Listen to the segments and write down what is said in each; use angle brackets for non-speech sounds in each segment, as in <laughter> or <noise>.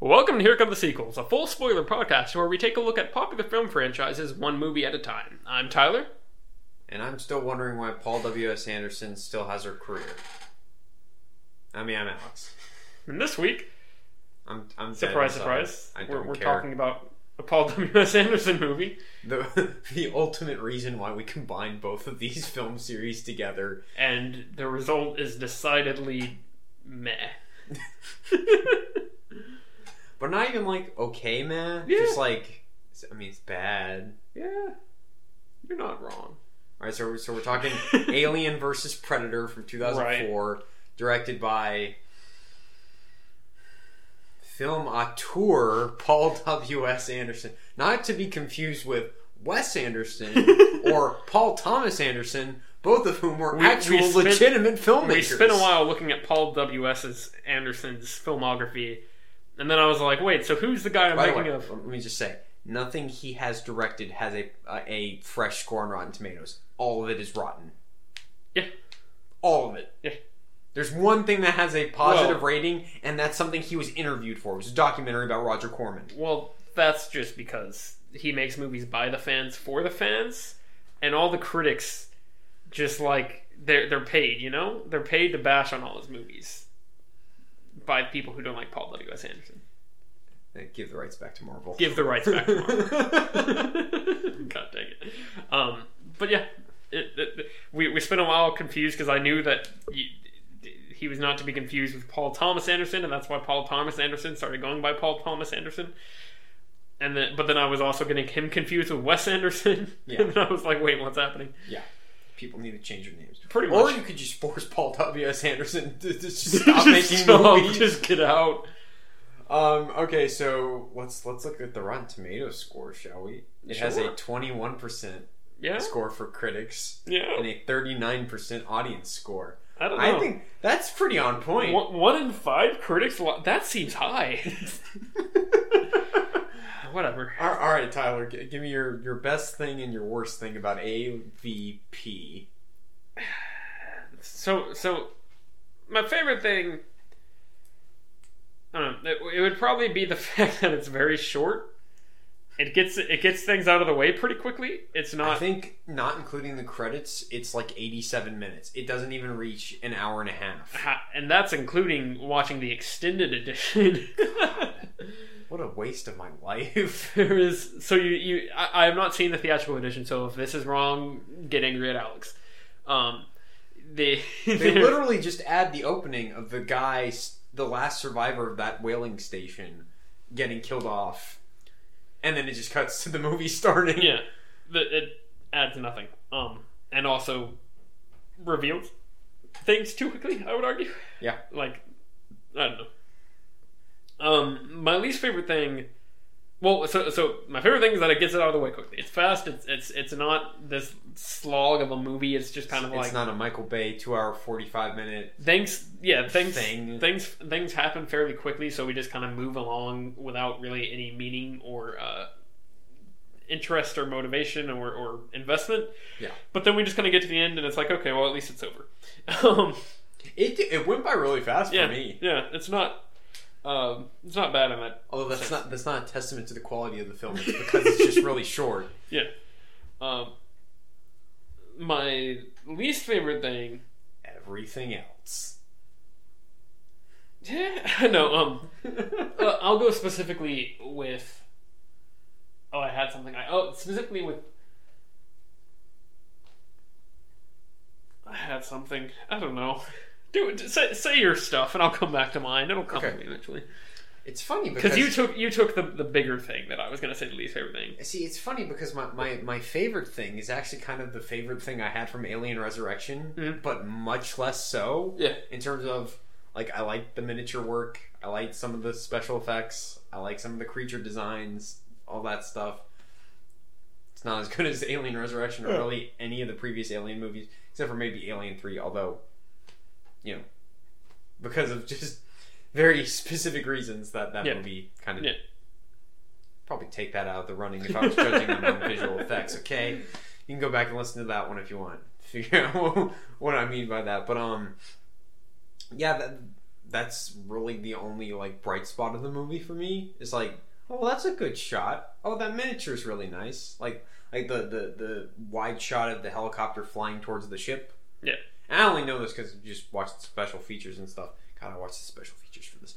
Welcome to Here Come the Sequels, a full spoiler podcast where we take a look at popular film franchises one movie at a time. I'm Tyler. And I'm still wondering why Paul W.S. Anderson still has her career. I mean, I'm Alex. And this week, I'm, I'm dead surprise, inside. surprise, I don't we're, we're care. talking about a Paul <laughs> W.S. Anderson movie The, <laughs> the ultimate reason why we combined both of these <laughs> film series together. <laughs> and the result is decidedly meh. But not even like, okay, man. Yeah. Just like, I mean, it's bad. yeah, you're not wrong. Alright, so, so <laughs> we're talking Alien versus Predator from 2004, directed by film auteur Paul <laughs> W.S. Anderson. Not to be confused with Wes <laughs> Anderson or Paul Thomas Anderson, both of whom were We- we actual spent- legitimate filmmakers. We spent a while looking at Paul W.S. Anderson's filmography, and then I was like, wait, so who's the guy I'm By the thinking way, of? let me just say, nothing he has directed has a, a, a fresh score on Rotten Tomatoes. All of it is rotten. Yeah. All of it. Yeah. There's one thing that has a positive Well- rating, and that's something he was interviewed for. It was a documentary about Roger Corman. Well, that's just because he makes movies by the fans for the fans, and all the critics just like they're they're paid, you know? They're paid to bash on all his movies by people who don't like Paul W. S. Anderson. They Uh, give the rights back to Marvel. Give the rights <laughs> back to Marvel. <laughs> God dang it. Um, but yeah, it, it- we we spent a while confused because I knew that. You, he was not to be confused with Paul Thomas Anderson, and that's why Paul Thomas Anderson started going by Paul Thomas Anderson. and then but then I was also getting him confused with Wes Anderson. <laughs> Yeah. and I was like, wait, what's happening? yeah. <laughs> People need to change their names. Pretty Or much. you could just force Paul W.S. Anderson to, <laughs> to just stop making stop, movies. Just get out. Um, okay, so let's let's look at the Rotten Tomatoes score, shall we? It has a Sure. 21% Yeah, score for critics and yeah. a 39% audience score. I don't know. I think that's pretty on point. one, one in five critics. Lo- that seems high. <laughs> Whatever. <laughs> all all right, Tyler, g- give me your, your best thing and your worst thing about AVP. So so, my favorite thing. I don't know. It, it would probably be the <laughs> fact that it's very short. It gets it gets things out of the way pretty quickly. It's I not think not including the credits, it's like 87 minutes. It doesn't even reach an hour and a half. Ha- and that's including watching the extended edition. <laughs> What a waste of my <laughs> life. there is so you you I, I have not seen the theatrical edition, so if this is wrong, get angry at Alex. Um, the <laughs> They literally just add the opening of the guy, s- the last survivor of that whaling station, getting killed off, and then it just cuts to the movie <laughs> starting. yeah, the, it adds nothing. Um, and also reveals things too quickly. I would argue. Yeah. like I don't know. Um, my least favorite thing. Well, so so my favorite thing is that it gets it out of the way quickly. It's fast. It's it's it's not this slog of a movie. It's just kind of it's like not a Michael Bay two-hour, forty-five minute. things. Yeah, things Thing. things things happen fairly quickly, so we just kind of move along without really any meaning or uh, interest or motivation or or investment. Yeah. But then we just kind of get to the end, and it's like, okay, well, at least it's over. <laughs> um, It it went by really fast yeah, for me. yeah, it's not. Um, it's not bad in that Although that's not that's not a testament to the quality of the film. <laughs> It's because it's just really short. Yeah. Um, my least favorite thing. <laughs> Everything else. no. Um, uh, I'll go specifically with. Oh, I had something. I oh specifically with. I had something. I don't know. Do it. Say, say your stuff, and I'll come back to mine. It'll come to Okay. me eventually. It's funny because Because you took you took the the bigger thing that I was gonna say the least favorite thing. See, it's funny because my, my, my favorite thing is actually kind of the favorite thing I had from Alien Resurrection, Mhm. but much less so Yeah. in terms of like I like the miniature work, I like some of the special effects, I like some of the creature designs, all that stuff. It's not as good as Alien Resurrection or Yeah. really any of the previous Alien movies, except for maybe Alien Three, although you know because of just very <laughs> specific reasons that that Yeah. movie kind of Yeah. probably take that out of the running if I was judging them on visual effects. Okay, you can go back and listen to that one <laughs> if you want. Figure out what I mean by that. But um, yeah, that, that's really the only like bright spot of the movie for me. It's like, oh, well, that's a good shot. Oh, that miniature is really nice. Like like the the the wide shot of the helicopter flying towards the ship. Yeah. And I only know this because you just watched the special features and stuff. God, I watched the special features for <laughs> this.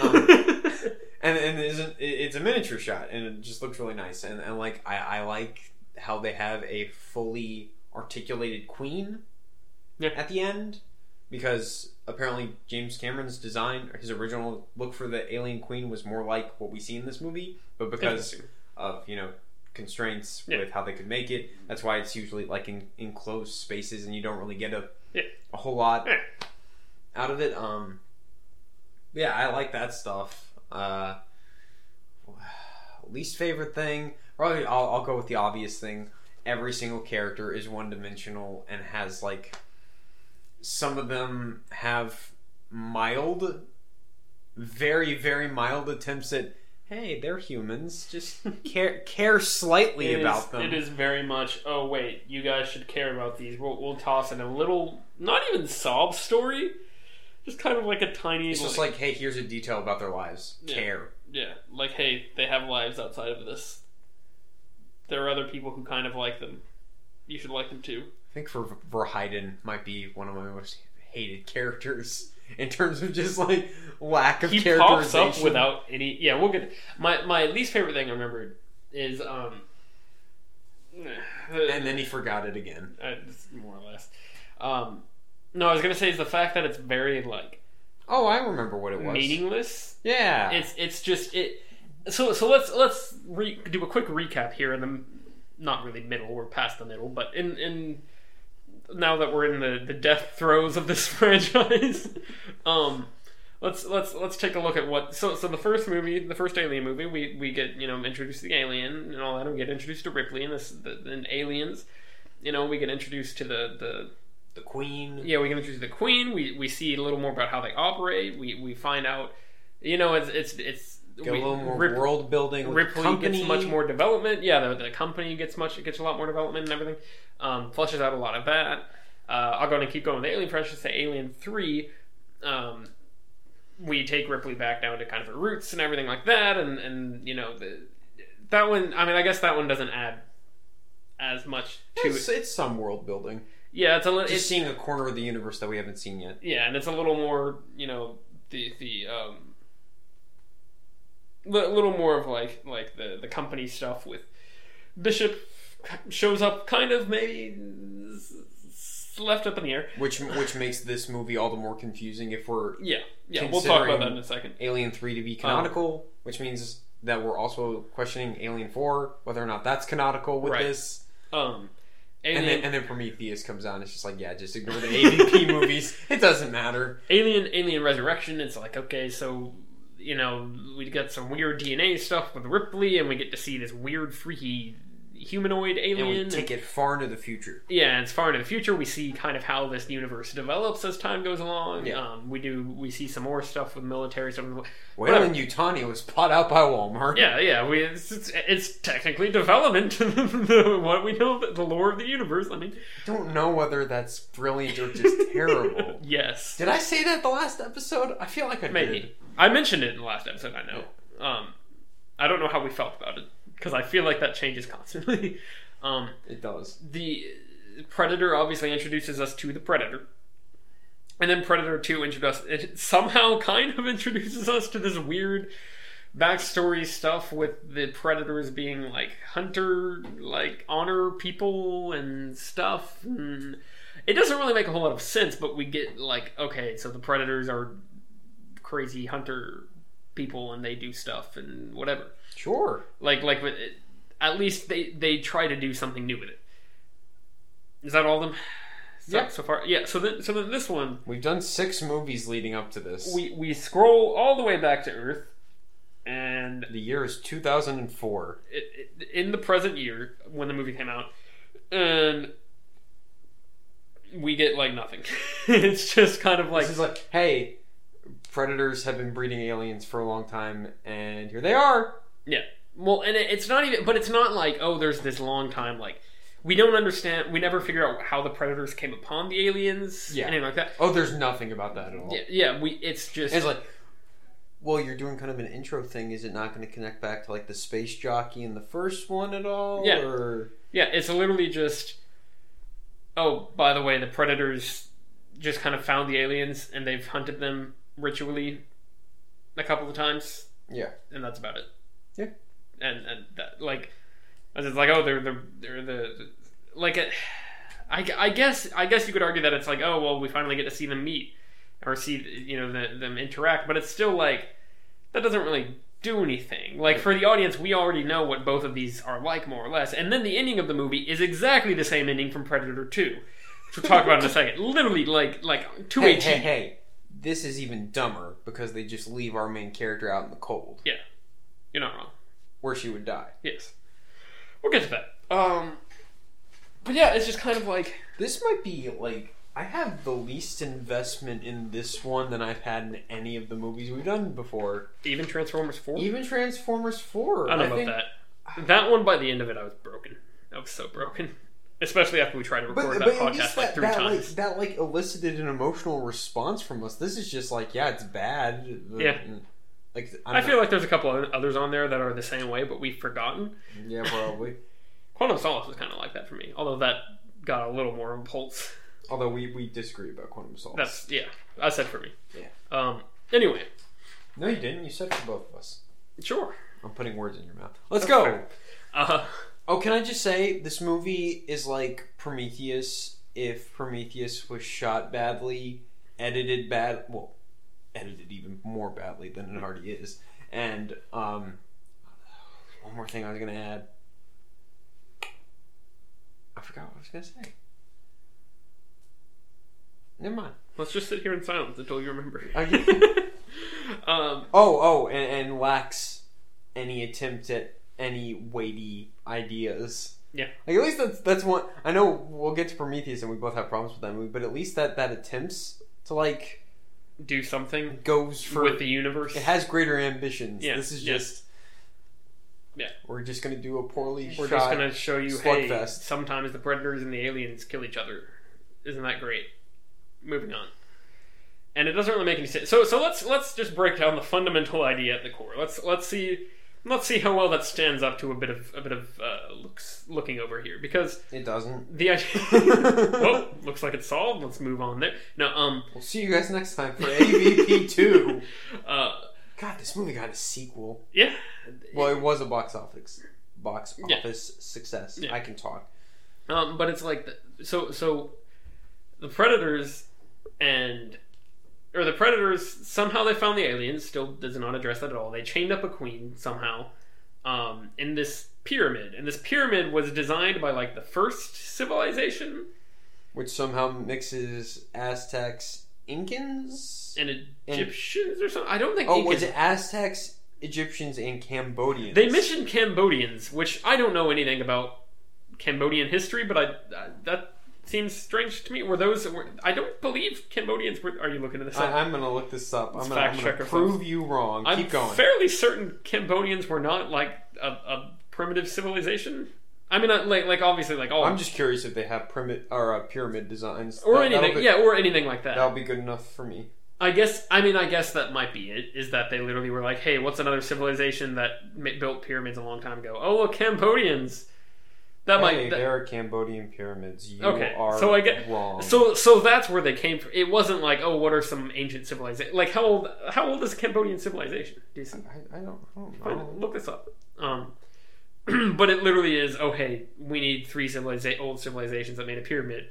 Um, <laughs> And and it isn't it- it's a miniature shot and it just looks really nice. And and like I I like how they have a fully articulated queen. Yeah. At the end, because apparently James Cameron's design, or his original look for the alien queen, was more like what we see in this movie, but because Interesting. of you know constraints Yeah. with how they could make it, that's why it's usually like in enclosed spaces and you don't really get a Yeah. a whole lot Yeah. out of it. Um, yeah, I like that stuff. Uh, least favorite thing, probably I'll, I'll go with the obvious thing. Every single character is one dimensional and has like some of them have mild, very very mild attempts at. Hey, they're humans. Just <laughs> care care slightly It about is- them. It is very much. Oh wait, you guys should care about these. We'll, we'll toss in a little, not even sob story, just kind of like a tiny. It's just like, hey, here's a detail about their lives. Yeah. Care. yeah, like hey, they have lives outside of this. There are other people who kind of like them. You should like them too. I think for Verheiden might be one of my most hated characters <laughs> in terms of just like lack of He pops characterization. up without any. Yeah, we'll get my my least favorite thing I remembered is um. <sighs> and then he forgot it again. uh, it's more or less. Um, no, I was gonna say is the fact that it's very like Oh, I remember what it was. meaningless. Yeah. It's it's just it. So so let's let's re- do a quick recap here in the not really middle. We're past the middle, but in in now that we're in the the death throes of this <laughs> franchise, um, let's let's let's take a look at what. So so the first movie, the first Alien movie, we we get you know introduced to the alien and all that. and We get introduced to Ripley and this the, and aliens. You know, we get introduced to the the the Queen. yeah, we get introduced to the queen. We we see a little more about how they operate. We we find out, you know, it's it's it's Get a we- little more Rip- world building. with the Ripley company. gets much more development. Yeah, the, the company gets much it gets a lot more development and everything. Um, flushes out a lot of that. Uh, I'll go and keep going with Alien Precious to Alien Three. Um, we take Ripley back down to kind of her roots and everything like that, and and you know the, that one. I mean, I guess that one doesn't add as much to It's, it. it's some world building. Yeah, it's a little. Just seeing a corner of the universe that we haven't seen yet. yeah, and it's a little more, you know, the the um, li- little more of like like the the company stuff with Bishop shows up, kind of maybe s- s- left up in the air. Which which makes this movie all the more confusing if we're Yeah, yeah, we'll talk about that Considering- in a second. Alien 3 to be Um, canonical, which means that we're also questioning Alien 4, whether or not that's canonical with Right. this. Um, And Alien, then, and then Prometheus comes on. It's just like, yeah, just ignore the <laughs> AVP movies. It doesn't matter. Alien, Alien Resurrection. It's like okay, so you know we got some weird DNA stuff with Ripley, and we get to see this weird freaky humanoid alien. And we and- take it far into the future. yeah, and it's far into the future. We see kind of how this universe develops as time goes along. Yeah. Um, we do we see some more stuff with military stuff. Whatever. Whalen Utani was bought out by Walmart. Yeah, yeah. We it's, it's, it's technically development. <laughs> the, what we know, the lore of the universe. I mean, I don't know whether that's brilliant or <laughs> just terrible. yes, Did I say that the last episode? I feel like I maybe. did. I mentioned it in the last episode. I know. Um, I don't know how we felt about it because I feel like that changes constantly. <laughs> um, It does. the Predator obviously introduces us to the Predator. And then Predator 2 introduces it somehow <laughs> kind of introduces us to this weird backstory stuff with the predators being like hunter like honor people and stuff and it doesn't really make a whole lot of sense but we get like okay so the predators are crazy hunter people and they do stuff and whatever Sure. like like with it- at least they they try to do something new with it is that all of them so, Yeah. so far yeah so then so then this one We've done six movies leading up to this. we we scroll all the way back to earth and the year is 2004. it, it, in the present year when the movie came out and we get like nothing <laughs> it's just kind of like This is like, hey, predators have been breeding aliens for a long time, and here they are. Yeah. Well, and it, it's not even, but it's not like oh, there's this long time like we don't understand. We never figure out how the predators came upon the aliens. Yeah. anything like that. Oh, there's nothing about that at all. Yeah, yeah. We it's just It's like, well, you're doing kind of an intro thing. Is it not going to connect back to like the space jockey in the first one at all? Yeah. Or yeah, it's literally just. Oh, by the way, the predators just kind of found the aliens and they've hunted them ritually a couple of times. Yeah. and that's about it. Yeah. and and that, like, as it's like, oh, they're the they're the like, it- I, I guess I guess you could argue that it's like, oh, well, we finally get to see them meet or see you know the, them interact, but it's still like that doesn't really do anything. Like for the audience, we already know what both of these are like more or less, and then the ending of the movie is exactly the same ending from Predator Two. which We'll talk about in a second. Literally, like like two E, hey, AT. <laughs> hey, hey, this is even dumber because they just leave our main character out in the cold You're not wrong. where she would die. Yes. We'll get to that. Um, but yeah, it's just kind of like This might be like I have the least investment in this one than I've had in any of the movies we've done before. even Transformers Four. Even Transformers Four. I don't love think, that. That one by the end of it, I was broken. I was so broken, <laughs> especially after we tried to But, record but that at podcast least like that, three that, like, times. that like elicited an emotional response from us. This is just like, yeah, it's bad. Yeah. Like I'm I feel like there's a couple of others on there that are the same way, but we've forgotten. not- yeah, probably. Quantum Solace was kind of like that for me, although that got a little more impulse. Although we, we disagree about Quantum Solace. That's yeah, I said for me. Yeah. Um. Anyway, No, you didn't. You said for both of us. sure. I'm putting words in your mouth. Let's That's go. fair. Uh, Oh, can I just say this movie is like Prometheus if Prometheus was shot badly, edited bad, well, edited even more badly than it already is. And um one more thing I was going to add. I forgot what I was going to say. Never mind. let's just sit here in silence until you remember. Okay. <laughs> um. Oh, oh, and, and lacks any attempt at any weighty ideas. Yeah. Like at least that's that's one. I know we'll get to Prometheus, and we both have problems with that movie, but at least that that attempts to like Do something goes for with the universe. it has greater ambitions. Yeah, This is yeah. just. Yeah. We're just gonna do a poorly We're shot. just gonna show you, hey, slugfest. sometimes the predators and the aliens kill each other. Isn't that great? Moving on. And it doesn't really make any sense. So so let's let's just break down the fundamental idea at the core. Let's let's see let's see how well that stands up to a bit of a bit of uh, looks looking over here because It doesn't. the idea. <laughs> oh, looks like it's solved. Let's move on there. No, um, We'll see you guys next time <laughs> for AVP two. uh, God, this movie got a sequel. yeah, Well, it was a box office box Yeah. office success. Yeah. I can talk. Um, but it's like the, so so the predators and or the predators somehow they found the aliens still does not address that at all. They chained up a queen somehow um, in this pyramid, and this pyramid was designed by like the first civilization, which somehow mixes Aztecs, Incans. and Egyptians or something. I don't think. oh, Incas- was it Aztecs, Egyptians, and Cambodians? They mentioned Cambodians, which I don't know anything about Cambodian history, but I, I that seems strange to me. Were those? Were, I don't believe Cambodians were. Are you looking at this? I, up? I'm gonna look this up. I'm gonna, I'm fact gonna check ourselves. prove you wrong. I'm Keep going. fairly certain Cambodians were not like a, a primitive civilization. I mean, not like like obviously like all I'm just curious if they have primi- or uh, pyramid designs or That- that'll anything, be- yeah, or anything like that. That'll be good enough for me. I guess I mean I guess that might be it. Is that they literally were like, hey, what's another civilization that ma- built pyramids a long time ago? Oh, well, Cambodians. That hey, might that- there are Cambodian pyramids. You Okay, are so I get- wrong. so so that's where they came from. It wasn't like oh, what are some ancient civilizations? Like how old how old is Cambodian civilization? Do you see? I, I don't, I don't Fine, know. Oh. look this up. Um, <clears throat> but it literally is. Oh, hey, we need three civiliza- old civilizations that made a pyramid.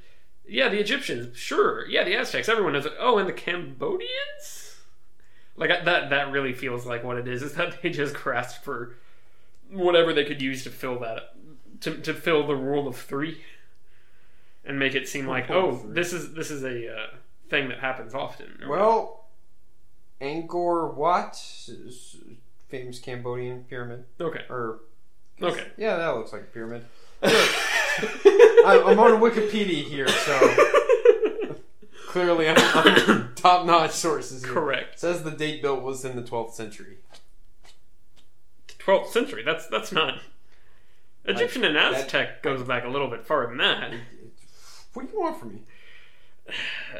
Yeah, the Egyptians, sure. Yeah, the Aztecs. Everyone knows. It. Oh, and the Cambodians. Like I- that. That really feels like what it is. Is that they just grasped for whatever they could use to fill that up, to to fill the rule of three, and make it seem like Rule of oh, three. this is this is a uh, thing that happens often. or Well, Angkor Wat, s- s- famous Cambodian pyramid, whatever. <laughs> okay, or <laughs> okay. yeah, that looks like a pyramid. I- I'm on Wikipedia here, so clearly I'm, I'm top-notch sources. <laughs> Here. Correct. Says the date built was in the 12th century. 12th century. That's that's not Egyptian and that- Aztec goes back a little bit further than that. What do you want from me?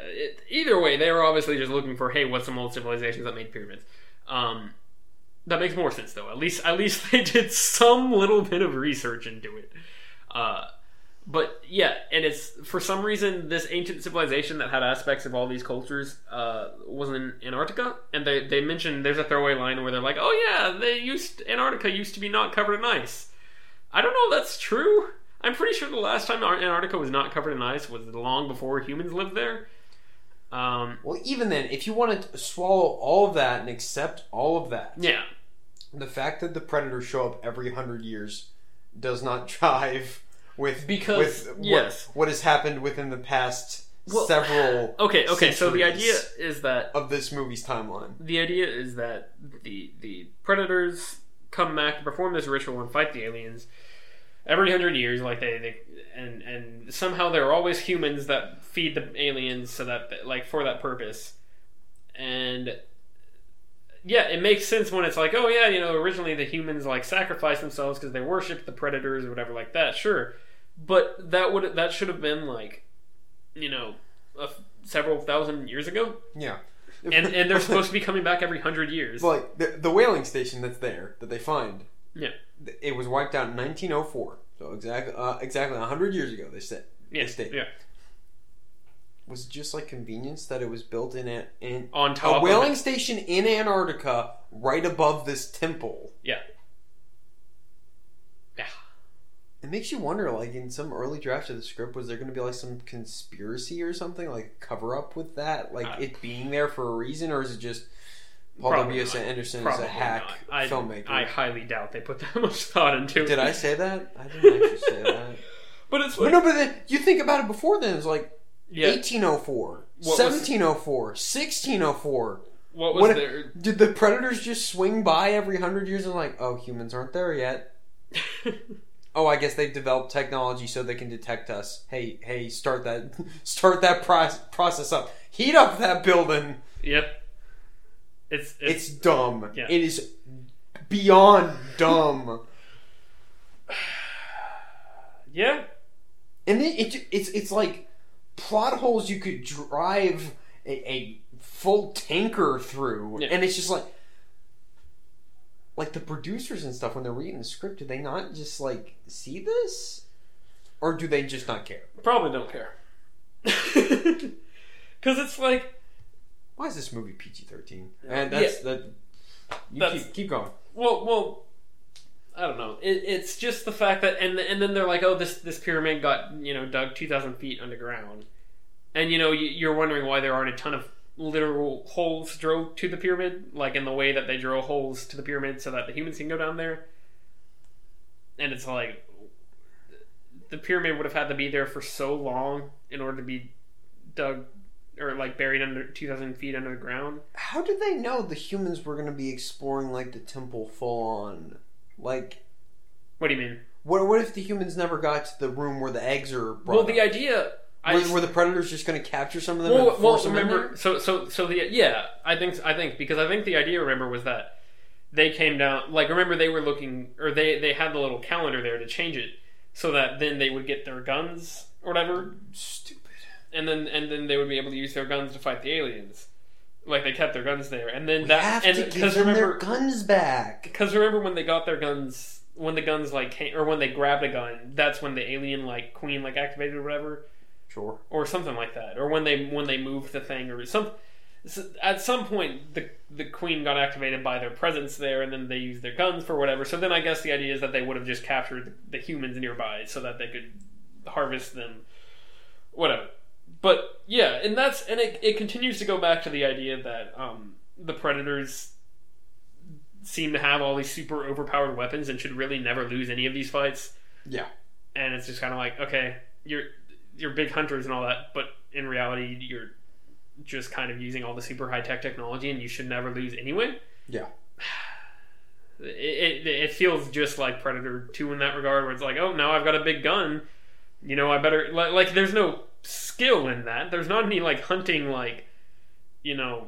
it, either way, they were obviously just looking for, hey, what's some old civilizations that made pyramids? Um, that makes more sense though. At least, at least <laughs> they did some little bit of research into it. Uh, but yeah, and it's for some reason this ancient civilization that had aspects of all these cultures uh, was in Antarctica, and they they mentioned there's a throwaway line where they're like, oh yeah, they used Antarctica used to be not covered in ice. I don't know if that's true. I'm pretty sure the last time Ar- Antarctica was not covered in ice was long before humans lived there. Um, Well, even then, if you want to swallow all of that and accept all of that, yeah, the fact that the predators show up every hundred years does not <laughs> jive with Because- with what- yes. what, has happened within the past Well, several Okay, okay. So the idea centuries is that of this movie's timeline. the idea is that the the predators come back to perform this ritual and fight the aliens every hundred years, like they, they and and somehow there are always humans that feed the aliens so that like for that purpose, and yeah, it makes sense when it's like, oh yeah, you know, originally the humans like sacrificed themselves because they worshipped the predators or whatever like that. Sure, but that would that should have been like, you know, a f several thousand years ago Yeah, and and they're supposed to be coming back every hundred years. like the, the whaling station that's there that they find. Yeah. th- it was wiped out in 1904. So exactly uh, exactly hundred years ago. They said yeah, they yeah. was it just like convenience that it was built in a, in On a top, whaling of station in Antarctica, right above this temple. it. Yeah. It makes you wonder, like in some early draft of the script, was there going to be like some conspiracy or something, like a cover up with that, like Uh, it being there for a reason, or is it just Paul Probably W. not. S. Anderson is Probably a hack not. I, filmmaker? I highly doubt they put that <laughs> much thought into it. Did I say that? I didn't actually say <laughs> that. But it's like, But no, but then you think about it before then. It's like yeah. 1804, was- 1704, 1604. What was what <laughs> if- there? oh Did the predators just swing by every hundred years and like, oh, humans aren't there yet? Oh, I guess they've developed technology so they can detect us. Hey, hey, start that, <laughs> start that proce- process up. Heat up that building. yeah. It's, it's It's dumb. Yeah. It is beyond dumb. yeah. and it, it, it's it's like plot holes you could drive a, a full tanker through, Yeah. and it's just like, like the producers and stuff when they're reading the script, do they not just like see this, or do they just not care? Probably don't care. <laughs> Because it's like Why is this movie PG thirteen? And that's that. You That's- keep keep going. Well, well, I don't know. It, it's just the fact that, and and then they're like, oh, this this pyramid got you know dug two thousand feet underground, and you know you, you're wondering why there aren't a ton of literal holes drove to the pyramid, like in the way that they drove holes to the pyramid so that the humans can go down there. And it's like the pyramid would have had to be there for so long in order to be dug or like buried under two thousand feet under the ground. How did they know the humans were going to be exploring like the temple full on? Like, What do you mean? what what if the humans never got to the room where the eggs are? Brought Well, up? the idea. I were, were the predators just going to capture some of them well, and well, force them in remember so so so the yeah i think i think because i think the idea remember was that they came down like remember they were looking or they they had the little calendar there to change it so that then they would get their guns or whatever there? Stupid. and then and then they would be able to use their guns to fight the aliens like they kept their guns there and then We that have and to give because them their remember guns back. because remember when they got their guns when the guns like came or when they grabbed a gun that's when the alien like queen like activated or whatever Sure. or something like that, or when they when they moved the thing, or some s- at some point the the queen got activated by their presence there, and then they used their guns for whatever. So then I guess the idea is that they would have just captured the humans nearby so that they could harvest them, whatever. But yeah, and that's and it it continues to go back to the idea that um, the predators seem to have all these super overpowered weapons and should really never lose any of these fights Yeah. and it's just kind of like okay you're you're big hunters and all that but in reality you're just kind of using all the super high tech technology and you should never lose anyway Yeah. it, it, it feels just like predator 2 in that regard where it's like oh now i've got a big gun you know i better like, like there's no skill in that there's not any like hunting like you know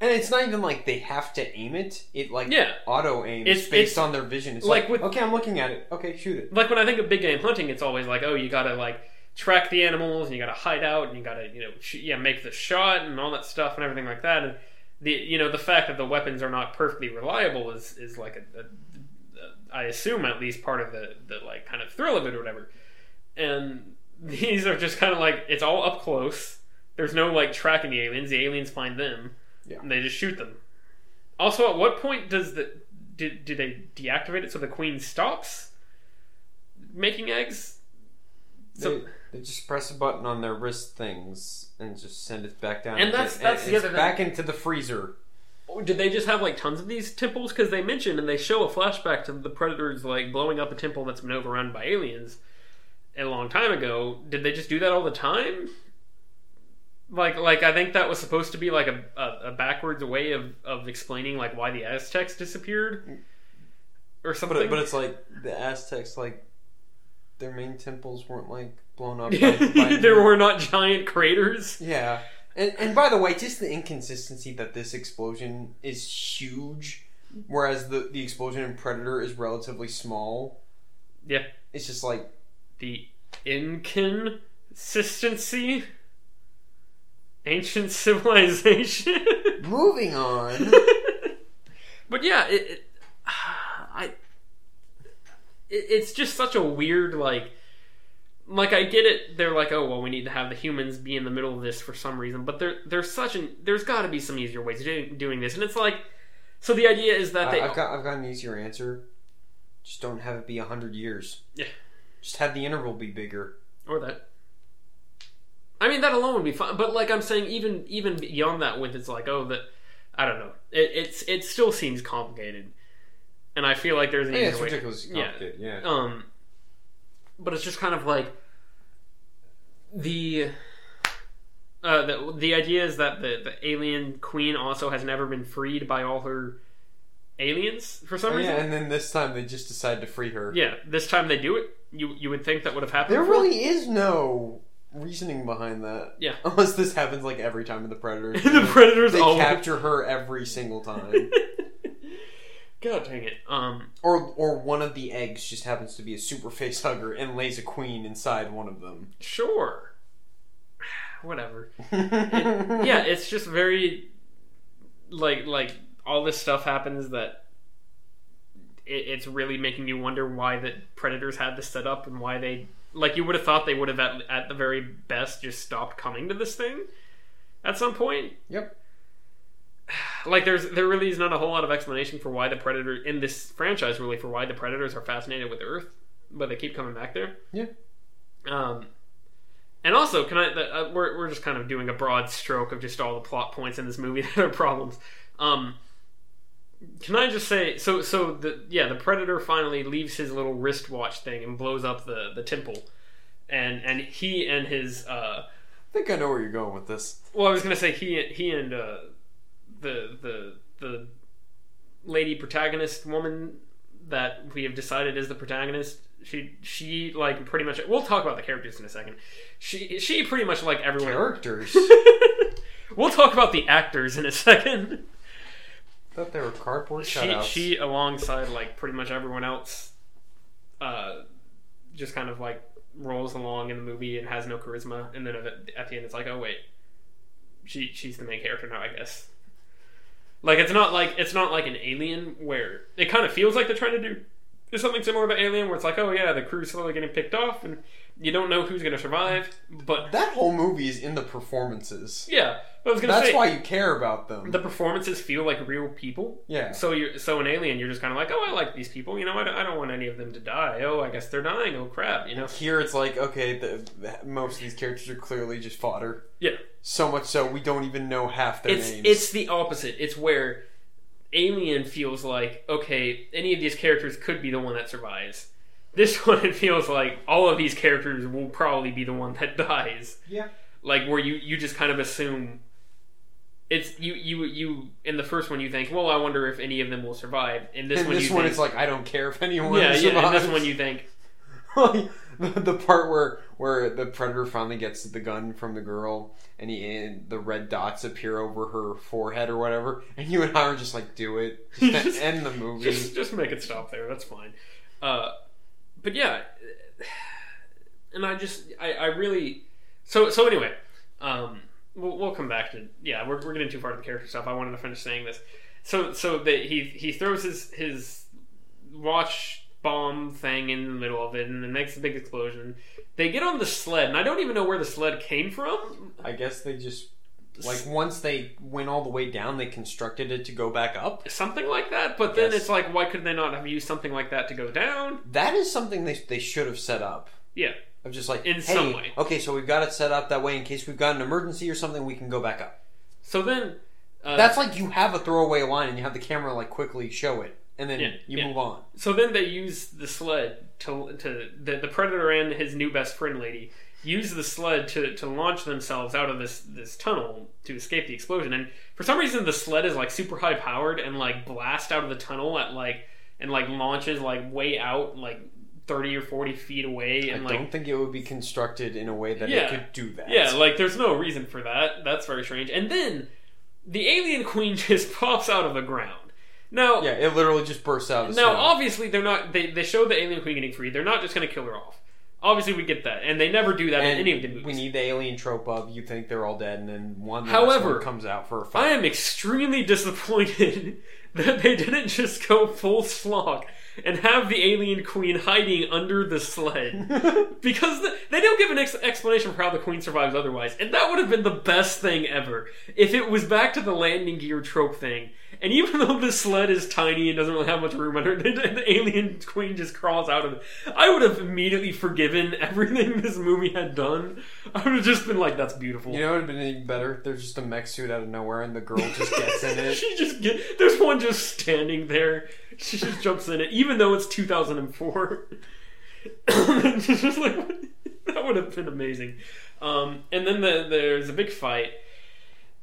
And it's not even like they have to aim it. It like Yeah. auto aims It's- based it's- on their vision. It's like, like with- okay, I'm looking at it. Okay, shoot it. Like when I think of big game hunting, it's always like, oh, you gotta like track the animals and you gotta hide out and you gotta you know sh- yeah make the shot and all that stuff and everything like that. And the you know the fact that the weapons are not perfectly reliable is is like a, a, a I assume at least part of the the like kind of thrill of it or whatever. And <laughs> these are just kind of like it's all up close. There's no like tracking the aliens. The aliens find them. Yeah. And they just shoot them. Also, at what point does the do, do they deactivate it so the queen stops making eggs? So they, they just press a button on their wrist things and just send it back down. And that's- that's and the it's other thing. back into the freezer. or did they just have like tons of these temples? Because they mention and they show a flashback to the predators like blowing up a temple that's been overrun by aliens a long time ago. Did they just do that all the time? Like, like I think that was supposed to be like a, a, a backwards way of, of explaining like why the Aztecs disappeared or But something. it, but <laughs> it's like the Aztecs like their main temples weren't like <laughs> blown up. By, by there were not giant craters. Yeah. And, and by the way, just the inconsistency that this explosion is huge, whereas the, the explosion in Predator is relatively small. Yeah. It's just like, The inconsistency, ancient <laughs> civilization. moving on. <laughs> but yeah, it, it <sighs> I it, it's just such a weird like like I get it. They're like, oh well, we need to have the humans be in the middle of this for some reason. But there there's such an there's got to be some easier ways of doing, doing this. And it's like, so the idea is that I, they have got, I've got an easier answer. Just don't have it be 100 years. Yeah. Just have the interval be bigger. or that. I mean, that alone would be fun. But like I'm saying, even even beyond that, with it's like, oh, that I don't know. It, it's it still seems complicated, and I feel like there's an Yeah, it's easier way. ridiculous. Yeah. complicated, Yeah. Um, but it's just kind of like the. Uh, the, the idea is that the, the alien queen also has never been freed by all her aliens for some Oh, reason. yeah, and then this time they just decide to free her. Yeah, this time they do it. You you would think that would have happened. There before. really is no reasoning behind that. <laughs> Yeah. <laughs> Unless this happens like every time in the Predator. the predators they always. capture her every single <laughs> time. <laughs> God dang it. Um, Or or one of the eggs just happens to be a super face hugger and lays a queen inside one of them. sure. <sighs> Whatever. <laughs> It- <laughs> yeah, it's just very like like all this stuff happens that it, it's really making you wonder why the predators had this set up and why they like you would have thought they would have at, at the very best just stopped coming to this thing at some point Yep. like there's there really is not a whole lot of explanation for why the predator in this franchise really for why the predators are fascinated with earth but they keep coming back there Yeah. um and also can i uh, we're, we're just kind of doing a broad stroke of just all the plot points in this movie <laughs> that are problems um can i just say so so the yeah the predator finally leaves his little wristwatch thing and blows up the the temple and and he and his uh I think I know where you're going with this. well, I was gonna say he he and uh, the the the lady protagonist woman that we have decided is the protagonist. She she like pretty much. We'll talk about the characters in a second. She she pretty much like everyone. Characters. <laughs> we'll talk about the actors in a second. thought they were cardboard She cutouts. she alongside like pretty much everyone else, uh, just kind of like rolls along in the movie and has no charisma. And then at the- at the end, it's like, oh wait, she she's the main character now, I guess. Like it's not like it's not like an Alien where it kind of feels like they're trying to do there's something similar to Alien where it's like, oh yeah, the crew's slowly getting picked off and you don't know who's gonna survive. But that whole movie is in the performances. yeah, I was gonna That's say why you care about them. the performances feel like real people. yeah. So you so an alien, you're just kind of like, oh, I like these people. You know, I don't, I don't want any of them to die. Oh, I guess they're dying. Oh crap. You know. Here it's like okay, the, the- most of these characters are clearly just fodder. Yeah. So much so we don't even know half their it's names. it's the opposite. It's where Alien feels like okay, any of these characters could be the one that survives. This <laughs> one, it feels like all of these characters will probably be the one that <laughs> dies. yeah. Like where you you just kind of assume it's you you you in the first one you think, well, I wonder if any of them will survive. In this And one, this you one think, it's like I don't care if anyone yeah, yeah. In survives. this one, you think <laughs> the, the part where where the predator finally gets the gun from the girl and he and the red dots appear over her forehead or whatever, and you and I are just like, <laughs> do it, just Just- end the movie. Just just make it stop there. That's fine. Uh, but yeah, and I just I, I really so so anyway. Um, we'll, we'll come back to yeah. We're, we're getting too far to the character stuff. I wanted to finish saying this. So so that he he throws his his watch bomb thing in the middle of it, and it makes a big explosion. They get on the sled, and I don't even know where the sled came from. I guess they just like once they went all the way down, they constructed it to go back up. Something like that. But then Yes. it's like, why could they not have used something like that to go down? That is something they they should have set up. Yeah. Of just like In hey, some way. Okay, so we've got it set up that way in case we've got an emergency or something, we can go back up. So then. Uh, That's like you have a throwaway line and you have the camera like quickly show it, and then Yeah, you yeah. move on. So then they use the sled to to the, the predator and his new best friend lady use the sled to, to launch themselves out of this this tunnel to escape the explosion. And for some reason, the sled is like super high powered and like blast out of the tunnel at like and like launches like way out like thirty or forty feet away and I like don't think it would be constructed in a way that Yeah. it could do that. yeah, like there's no reason for that. That's very strange. And then the alien queen <laughs> just pops out of the ground. Now yeah, it literally just bursts out. Of the Now, snow. obviously, they're not. They, they show the alien queen getting free. They're not just going to kill her off. Obviously, we get that, and they never do that and in any of the movies. we need the alien trope of you think they're all dead, and then one last However, one comes out for a I fight. am extremely disappointed <laughs> that they didn't just go full slog and have the alien queen hiding under the sled because the, they don't give an ex- explanation for how the queen survives otherwise, and that would have been the best thing ever if it was back to the landing gear trope thing. And even <laughs> though the sled is tiny and doesn't really have much room under it, <laughs> the, the alien queen just crawls out of it. I would have immediately forgiven <laughs> everything this movie had done. I would have just been like, "That's beautiful." You know, it would have been even better. There's just a mech suit out of nowhere, and the girl just gets in <laughs> it. she just get there's one just standing there. She just jumps in it, even though it's 2004. It's just like that would have been amazing. Um, and then the, there's a big fight,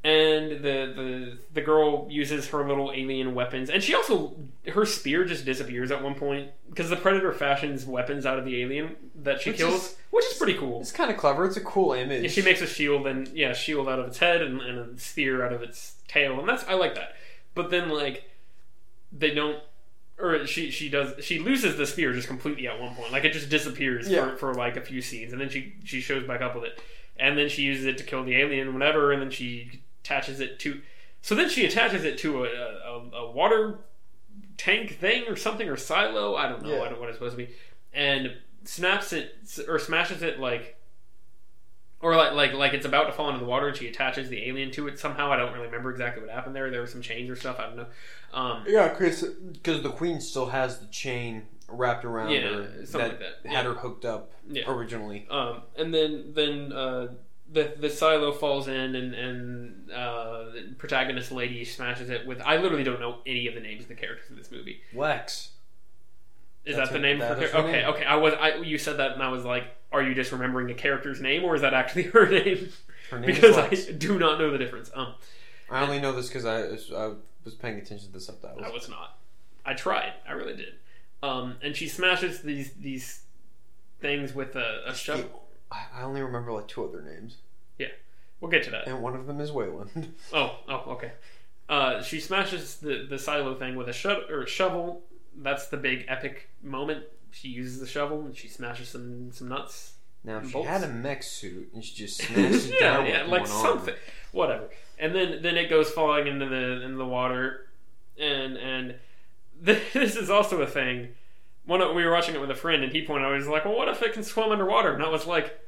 and the, the the girl uses her little alien weapons, and she also her spear just disappears at one point because the predator fashions weapons out of the alien that she Which kills, is- which is pretty cool. It's kind of clever. It's a cool image. Yeah, she makes a shield and yeah, shield out of its head and, and a spear out of its tail, and that's I like that. But then like they don't, or she she does she loses the spear just completely at one point. Like it just disappears Yeah. for, for like a few scenes, and then she she shows back up with it, and then she uses it to kill the alien, whatever, and then she attaches it to. So then she attaches it to a, a, a water tank thing or something or silo. I don't know. Yeah. I don't know what it's supposed to be. And snaps it or smashes it like or like like like it's about to fall into the water and she attaches the alien to it somehow. I don't really remember exactly what happened there. There were some chains or stuff. I don't know. Um, Yeah, because the queen still has the chain wrapped around Yeah, her something like that. had Yeah. her hooked up Yeah. originally. um, and then then uh, the the silo falls in and and uh, the protagonist lady smashes it with. I literally don't know any of the names of the characters in this movie. Lex. Is That's that the her- name? that of her is char- her okay, name. okay. I was I you said that and I was like, are you just remembering a character's name or is that actually <laughs> her name? Her name because is I Lex. do not know the difference. Um, I, only know this because I, I was paying attention to the subtitles. I was not. I tried. I really did. Um, and she smashes these these things with a, a shovel. I I only remember like two other names, We'll get to that. and one of them is Wayland. <laughs> Oh, oh, okay. Uh, she smashes the, the silo thing with a sho- or shovel. That's the big epic moment. She uses the shovel and she smashes some some nuts. now, if she Bolts. had a mech suit and <laughs> she just smashed it down with like one arm. something, whatever. And then then it goes falling into the into the water, and and <laughs> th- this is also a thing. One of- we were watching it with a friend, and he pointed out he was like, "Well, what if it can swim underwater?" And I was like,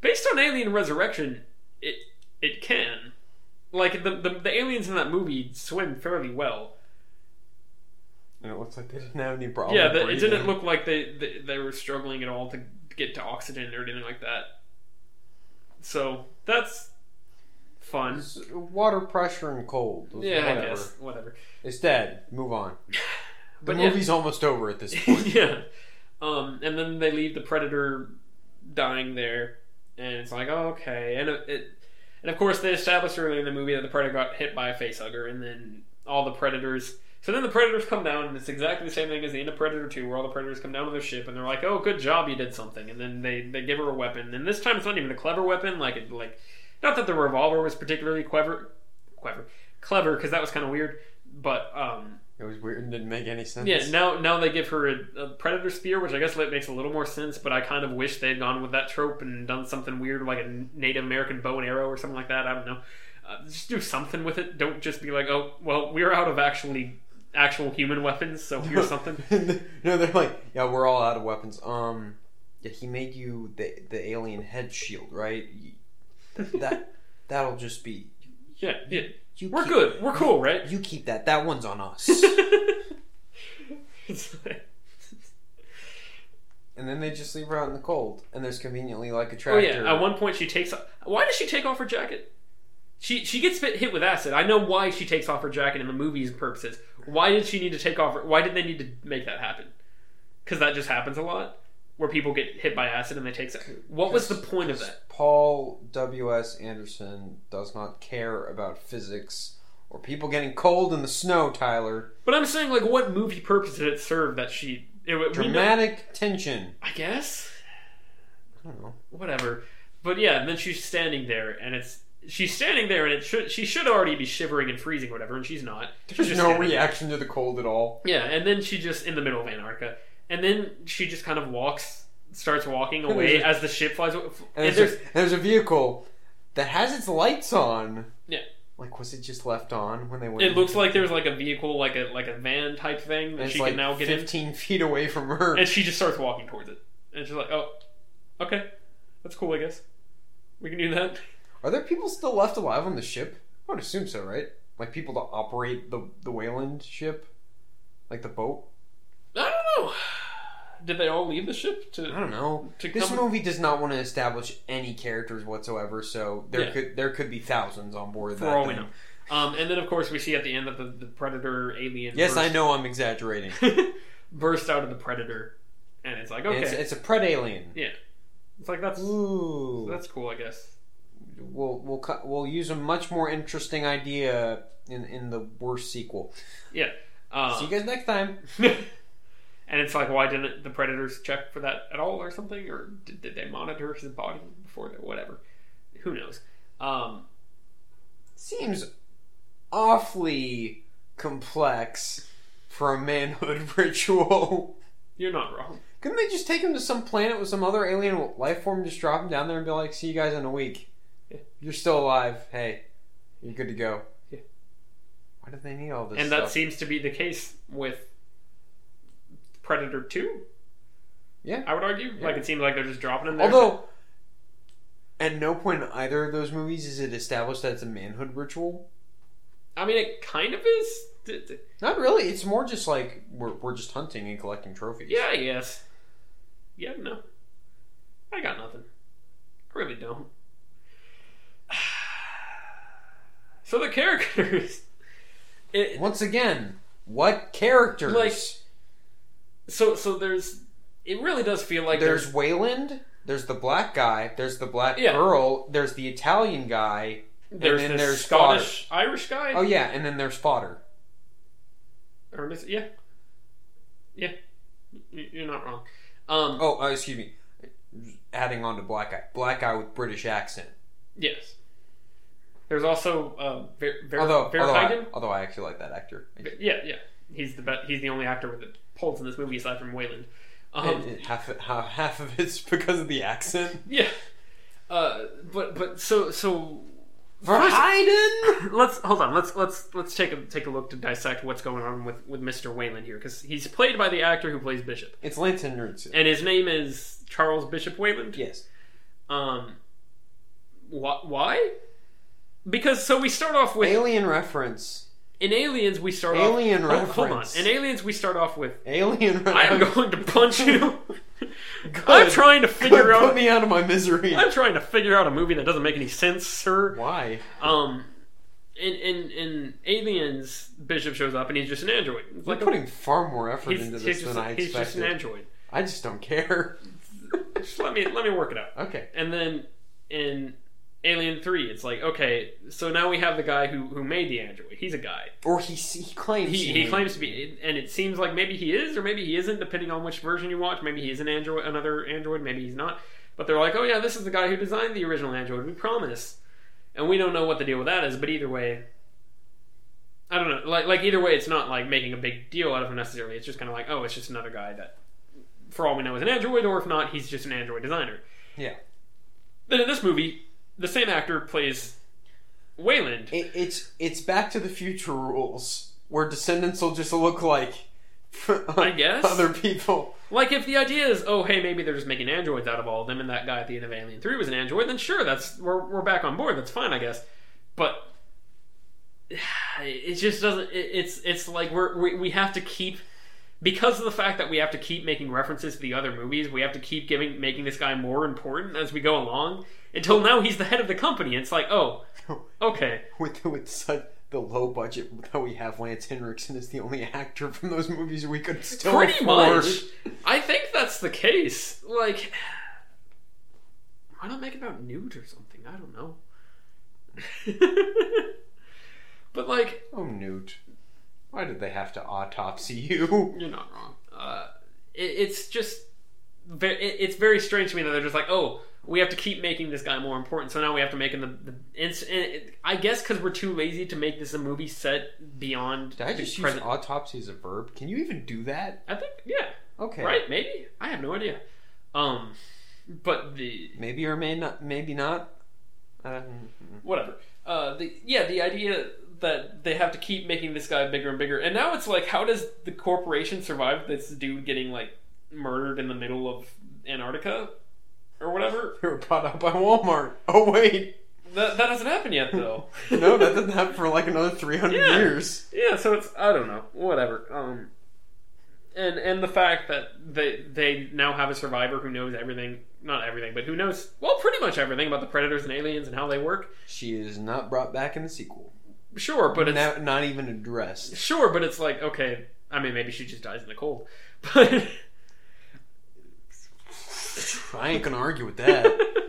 "Based on Alien Resurrection, it it can." Like the the, the aliens in that movie swim fairly well. and it looks like they didn't have any problem. yeah, the, it breathing. didn't look like they, they they were struggling at all to get to oxygen or anything like that. So that's fun. It's water pressure and cold. It was Yeah, whatever. I guess whatever. It's dead. Move on. The But yeah. movie's almost over at this point. <laughs> yeah, <laughs> um, and then they leave the predator dying there, and it's like, oh, okay, and it, it, and of course they established earlier in the movie that the predator got hit by a facehugger, and then all the predators So then the Predators come down, and it's exactly the same thing as the end of Predator 2, where all the Predators come down to their ship, and they're like, oh, good job, you did something. And then they, they give her a weapon. And this time it's not even a clever weapon. Like, it, like not that the revolver was particularly clever, clever, clever, because that was kind of weird. But, um, It was weird and didn't make any sense. <laughs> yeah, now now they give her a, a predator spear, which I guess that makes a little more sense. But I kind of wish they had gone with that trope and done something weird, like a Native American bow and arrow or something like that. I don't know. Uh, just do something with it. Don't just be like, oh, well, we're out of actually actual human weapons, so <laughs> here's something. no, they're like, yeah, we're all out of weapons. Um, yeah, he made you the the alien head shield, right? You- That <laughs> that'll just be. Yeah, yeah. You We're keep- good. We're cool, right? <laughs> You keep that. That one's on us. It's like- and then they just leave her out in the cold, and there's conveniently like a oh tractor. yeah. At one point, she takes. off Why does she take off her jacket? She she gets fit, hit with acid. I know why she takes off her jacket in the movies purposes. Why did she need to take off? Her, why did they need to make that happen? Because that just happens a lot, where people get hit by acid and they take. What was the point of that? Paul W. S. Anderson does not care about physics or people getting cold in the snow. Tyler, But I'm saying, like, what movie purpose did it serve that she? It, we know- dramatic tension. I guess. I don't know. whatever. But yeah, and then she's standing there, and it's she's standing there, and it should she should already be shivering and freezing, or whatever, and she's not. She's There's just no standing there. reaction to the cold at all. Yeah, and then she just in the middle of Antarctica, and then she just kind of walks, starts walking away there's a- as the ship flies. away. And, And there's, there's a, there's a vehicle that has its lights on. Yeah. Like, was it just left on when they went? it looks into- like there's like a vehicle, like a like a van type thing and that it's she like can now get in, 15 feet away from her. and she just starts walking towards it, and she's like, oh, okay, that's cool, I guess. We can do that. Are there people still left alive on the ship? I would assume so, right? Like people to operate the the Wayland ship, like the boat. I don't know. Did they all leave the ship to? I don't know. To This come- movie does not want to establish any characters whatsoever, so there Yeah. could there could be thousands on board. for that all we thing. know. Um, and then, of course, we see at the end that the, the predator alien. Yes, I burst, know I'm exaggerating. know. <laughs> burst out of the predator, and it's like okay, It's, it's, it's a pred alien. like that's Ooh. that's cool, I guess. we'll we'll cu- we'll use a much more interesting idea in in the worst sequel. Yeah. Um, See you guys next time. <laughs> and it's like, why didn't the predators check for that at all, or something, or did, did they monitor his body before that? Whatever. Who knows? Um, Seems awfully complex for a manhood <laughs> ritual. you're not wrong. Couldn't they just take him to some planet with some other alien life form, just drop him down there, and be like, "See you guys in a week. Yeah. You're still alive. Hey, you're good to go." Yeah. Why do they need all this? and stuff? that seems to be the case with Predator Two. Yeah. I would argue. Yeah. Like it seems like they're just dropping him there. Although, at no point in either of those movies is it established that it's a manhood ritual. I mean, it kind of is. D- d- Not really. It's more just like we're, we're just hunting and collecting trophies. Yeah, I guess. Yeah, no. I got nothing. I really don't. <sighs> So the characters. <laughs> It, Once again, what characters? Like, so so there's. It really does feel like there's there's. Wayland. There's the black guy. There's the black Yeah. girl. There's the Italian guy. There's, and then this there's Scottish Irish guy. Oh yeah, and then there's fodder. Or is it- yeah. Yeah. Y- You're not wrong. Um, Oh, uh, excuse me. Adding on to black guy, black guy with British accent. Yes. There's also uh, Ver, Ver, although, although I, Verheyen. although I actually like that actor. It- Yeah, yeah. He's the be- he's the only actor with the pulse in this movie aside from Wayland. Um, it- half half half of it's because of the accent. <laughs> yeah. Uh, but but so so <clears throat> Verheiden. let's hold on. Let's let's let's take a take a look to dissect what's going on with with Mr. Wayland here because he's played by the actor who plays Bishop, It's Lance Henriksen. and his name is Charles Bishop Wayland. Yes. Um, wh- why? Because so we start off with Alien reference. in Aliens we start Alien off Oh, hold on reference. in Aliens we start off with Alien <laughs> reference. I am going to punch <laughs> you. I'm trying to figure Put out. me out of my misery. I'm trying to figure out a movie that doesn't make any sense, sir. Why? Um, in in in Aliens, Bishop shows up and he's just an android. It's We're like a- putting far more effort he's, into he's this just, than I he's just an expected. android. <laughs> I just don't care. Just let me let me work it out. Okay. And then in Alien Three. It's like okay, so now we have the guy who who made the android. He's a guy. Or he s- he claims He, he claims to be, and it seems like maybe he is, or maybe he isn't, depending on which version you watch. Maybe he is an android, another android. Maybe he's not. But they're like, oh yeah, this is the guy who designed the original android. We promise. And we don't know what the deal with that is, but either way, I don't know. Like like either way, it's not like making a big deal out of him necessarily. It's just kind of like, oh, it's just another guy that, for all we know, is an android, or if not, he's just an android designer. Yeah. Then in this movie, the same actor plays Wayland. It, it's it's Back to the Future rules where descendants will just look like <laughs> I guess. other people. Like, if the idea is, oh, hey, maybe they're just making androids out of all of them, and that guy at the end of Alien 3 was an android, then sure, that's we're, we're back on board. That's fine, I guess. But <sighs> it just doesn't. It, it's it's like we're, we we have to keep because of the fact that we have to keep making references to the other movies. We have to keep giving making this guy more important as we go along until now he's the head of the company. It's like, oh, okay, with with such the low budget that we have, Lance Henriksen is the only actor from those movies we could still pretty afford. much. I think that's the case. Like, why not make it about nude or something? I don't know. <laughs> but like, Oh, Newt, why did they have to autopsy you? you're not wrong. Uh, it, it's just, ve- it, it's very strange to me that they're just like, oh, we have to keep making this guy more important. So now we have to make him the. the it's, it, I guess because we're too lazy to make this a movie set beyond. Did I the just use present- autopsy as a verb? Can you even do that? I think yeah. Okay, Right? Maybe I have no idea. Um, but the Maybe or may not. Maybe not. Um, <laughs> whatever. Uh, the yeah, the idea that they have to keep making this guy bigger and bigger, and now it's like, how does the corporation survive this dude getting like murdered in the middle of Antarctica or whatever? they were bought out by Walmart. Oh wait, That that hasn't happened yet, though. <laughs> no, that didn't happen for like another three hundred Yeah. years. yeah. So it's I don't know, whatever. Um, and and the fact that they they now have a survivor who knows everything, not everything, but who knows well, pretty much everything about the predators and aliens and how they work. She is not brought back in the sequel, Sure, but it's not, not even addressed. Sure, but it's like okay. I mean, maybe she just dies in the cold, <laughs> but <laughs> I ain't gonna argue with that.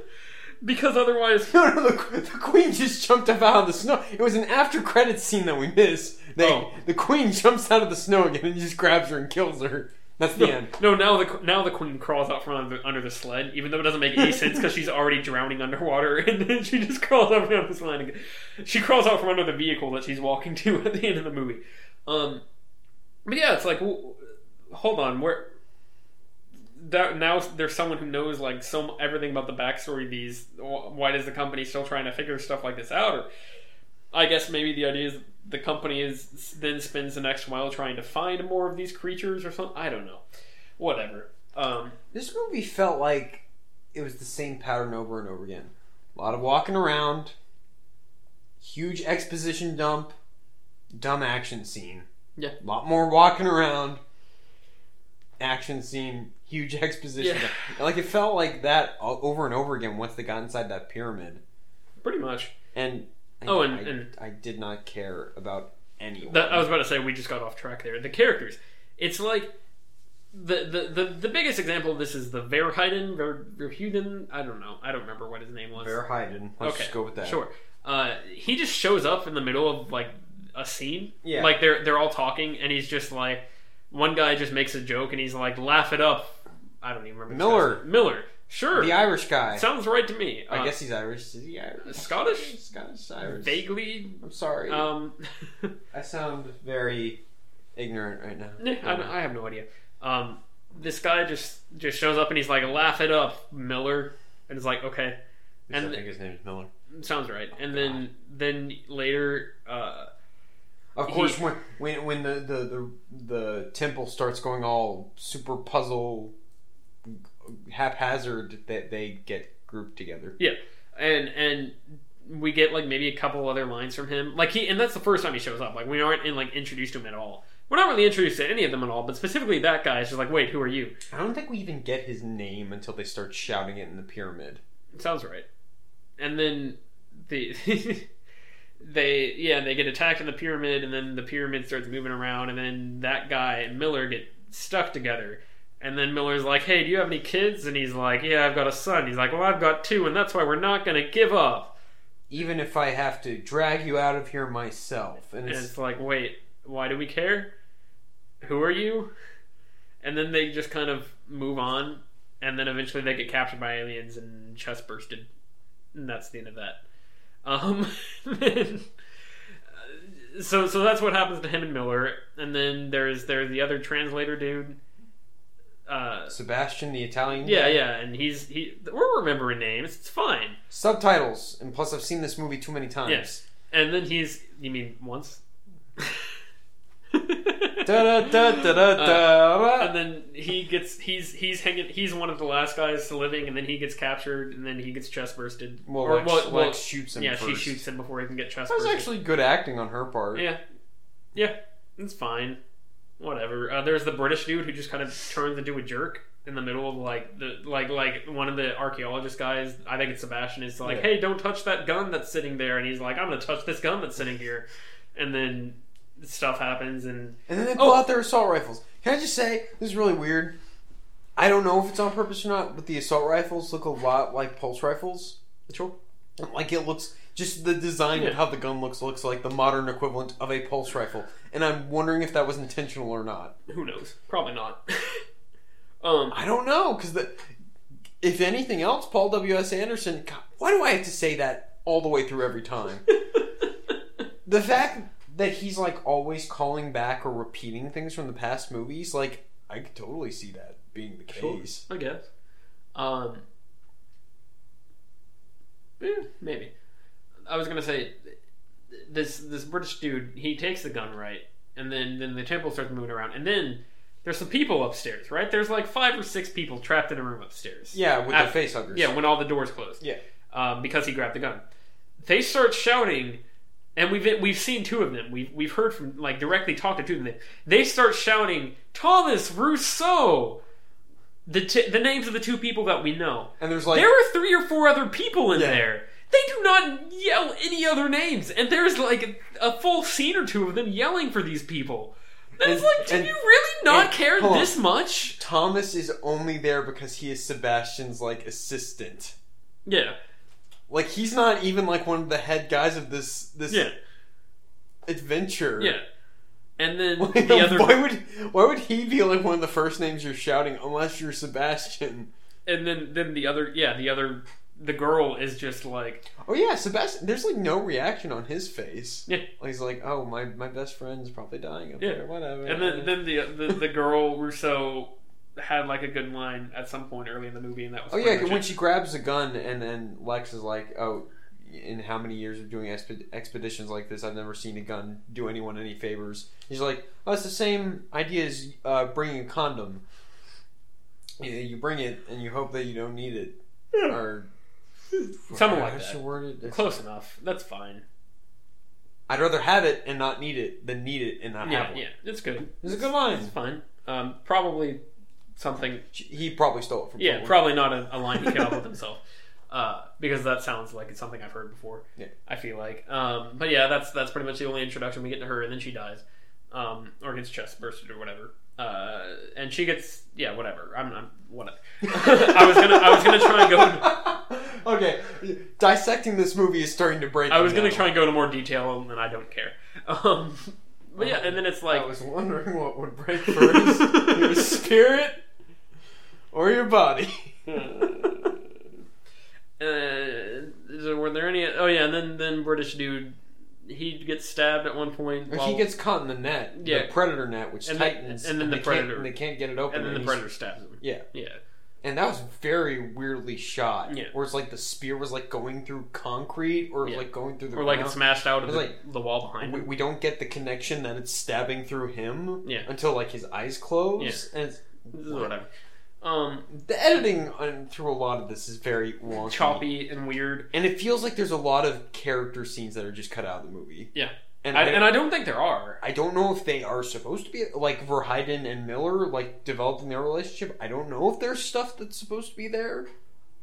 because otherwise, <laughs> No, no, the, the queen just jumped up out of the snow. It was an after credit scene that we missed. They, Oh. The queen jumps out of the snow again and just grabs her and kills her. That's the end. no. Now the now the queen crawls out from under, under the sled, even though it doesn't make any sense because she's already drowning underwater, <laughs> and then she just crawls out from under the sled. Again. She crawls out from under the vehicle that she's walking to <laughs> at the end of the movie. Um, but yeah, it's like, w- hold on, where that now there's someone who knows like so everything about the backstory. of These wh- why does the company still trying to figure stuff like this out? Or I guess maybe the idea is the company is then spends the next while trying to find more of these creatures or something. I don't know, whatever. Um, This movie felt like it was the same pattern over and over again. A lot of walking around, huge exposition dump, dumb action scene. Yeah. A lot more walking around, action scene, huge <laughs> exposition Yeah. dump. And, Like, it felt like that o- over and over again once they got inside that pyramid. pretty much. And I, Oh, and- I, and- I did not care about anyone. That, uh, I was about to say we just got off track there. The characters. It's like the the, the, the biggest example of this is the Verheiden, Ver, Verheuden. I don't know. I don't remember what his name was. Bear Hyden. Let's just go with that. Sure. Uh, he just shows up in the middle of like a scene. Yeah. Like they're they're all talking, and he's just like, one guy just makes a joke, and he's like, "Laugh it up." I don't even remember. his Miller. last name. Miller. Sure. The Irish guy. Sounds right to me. I Uh, guess he's Irish. Is he Irish? Scottish? Scottish Irish. Vaguely. I'm sorry. Um. <laughs> I sound very ignorant right now. Nah, I, don't- I have no idea. Um, this guy just just shows up and he's like, "Laugh it up, Miller," and it's like, "Okay, At least and- I think his name is Miller. sounds right." And then then later, uh, Of He- course, when when, when the, the, the the temple starts going all super puzzle haphazard, that they get grouped together. yeah, and and we get like maybe a couple other lines from him, like he, and that's the first time he shows up. Like we aren't in like introduced to him at all. We're not really introduced to any of them at all, but specifically that guy is just like, "Wait, who are you?" I don't think we even get his name until they start shouting it in the pyramid. Sounds right. And then the <laughs> they yeah they get attacked in the pyramid, and then the pyramid starts moving around, and then that guy and Miller get stuck together. And then Miller's like, "Hey, do you have any kids?" And he's like, "Yeah, I've got a son." He's like, "Well, I've got two, and that's why we're not gonna give up." even if I have to drag you out of here myself. And And it's, it's like, wait, why do we care? Who are you? And then they just kind of move on, and then eventually they get captured by aliens and chest bursted. And that's the end of that. Um, <laughs> uh, so so that's what happens to him and Miller. And then there's there's the other translator dude. Uh, Sebastian, the Italian. yeah, yeah, and he's he. We're remembering names. It's fine. Subtitles, and plus I've seen this movie too many times. Yes. And then he's. You mean once? Da da da da da da. Uh, and then he gets. He's he's hanging. He's one of the last guys living, and then he gets captured, and then he gets chest bursted. Well, Or, Lex, well, well, Lex shoots him. yeah, she first. shoots him before he can get chest That was bursted. actually good acting on her part. Yeah, yeah, it's fine. Whatever. Uh, there's the British dude who just kind of turns into a jerk in the middle of like the like like one of the archaeologist guys. I think it's Sebastian is like, Yeah. "Hey, don't touch that gun that's sitting there," and he's like, "I'm gonna touch this gun that's sitting here," and then stuff happens and And then they Oh. pull out their assault rifles. Can I just say this is really weird? I don't know if it's on purpose or not, but the assault rifles look a lot like pulse rifles. sure. Like it looks just the design Yeah. and how the gun looks looks like the modern equivalent of a pulse rifle. And I'm wondering if that was intentional or not. who knows? Probably not. <laughs> um, <laughs> I don't know because the if anything else, Paul W S Anderson. God, why do I have to say that all the way through every time? the fact that he's like always calling back or repeating things from the past movies, like I could totally see that being the Sure. case. I guess. Um, eh, maybe. I was gonna say th- this this British dude he takes the gun right, and then then the temple starts moving around, and then there's some people upstairs, right? There's like five or six people trapped in a room upstairs. Yeah, with Af- the face huggers. Uh, Yeah, when all the doors closed. Yeah. Um, because he grabbed the gun. They start shouting, and we've we've seen two of them. We've we've heard from like directly talked to two of them. They start shouting Thomas Rousseau. The t- the names of the two people that we know. and there's like There are three or four other people in Yeah. there. They do not yell any other names, and there's like a full scene or two of them yelling for these people. And it's And- like, do and- you really not and- care hold on. this much? Thomas is only there because he is Sebastian's like assistant. Yeah, Like he's not even like one of the head guys of this this yeah, adventure. yeah. And then Why, the other <laughs> why would why would he be like one of the first names you're shouting unless you're Sebastian? and then then the other yeah the other the girl is just like Oh yeah, Sebastian. There's like no reaction on his face. Yeah. Like, he's like, oh my my best friend's probably dying up Yeah. there. Whatever. and then then the the, the girl Russo had like a good line at some point early in the movie and that was oh pretty yeah, much when it. she grabs a gun and then Lex is like, oh. In how many years of doing exped- expeditions like this, I've never seen a gun do anyone any favors. He's like, "Oh, it's the same idea as uh, bringing a condom. You, you bring it and you hope that you don't need it, Yeah. or Something like How that. she worded it? close enough that's fine I'd rather have it and not need it than need it and not yeah have it. yeah it's good It's a good line. it's fine um probably something He probably stole it from yeah someone. probably not a, a line he came <laughs> up with himself uh because that sounds like it's something I've heard before Yeah. I feel like um but yeah that's that's pretty much the only introduction we get to her and then she dies um or gets chest bursted or whatever uh and she gets yeah whatever I'm, I'm whatever <laughs> <laughs> I was gonna I was gonna try and go <laughs> okay, dissecting this movie is starting to break. I was me gonna now. try and go into more detail, and I don't care. Um, but yeah, and then it's like, I was wondering what would <laughs> break first: your spirit or <laughs> your body. uh, so were there any? Oh yeah, and then then British dude, he gets stabbed at one point. Or while- he gets caught in the net, Yeah. the predator net, which And then- tightens, and then the they predator- can't, and they can't get it open, and then the he's- predator stabs him. Yeah. yeah, And that was very weirdly shot. Yeah. Where it's like the spear was like going through concrete or Yeah. like going through the or like ground. it smashed out of It's the, like- the wall behind. we, him. we don't get the connection that it's stabbing through him Yeah. until like his eyes close and it's, This is whatever. Um, the editing on, through a lot of this is very wonky. choppy and weird. and it feels like there's a lot of character scenes that are just cut out of the movie Yeah, and I, I, and I don't think there are. I don't know if they are supposed to be like Verheiden and Miller like developing their relationship I don't know if there's stuff that's supposed to be there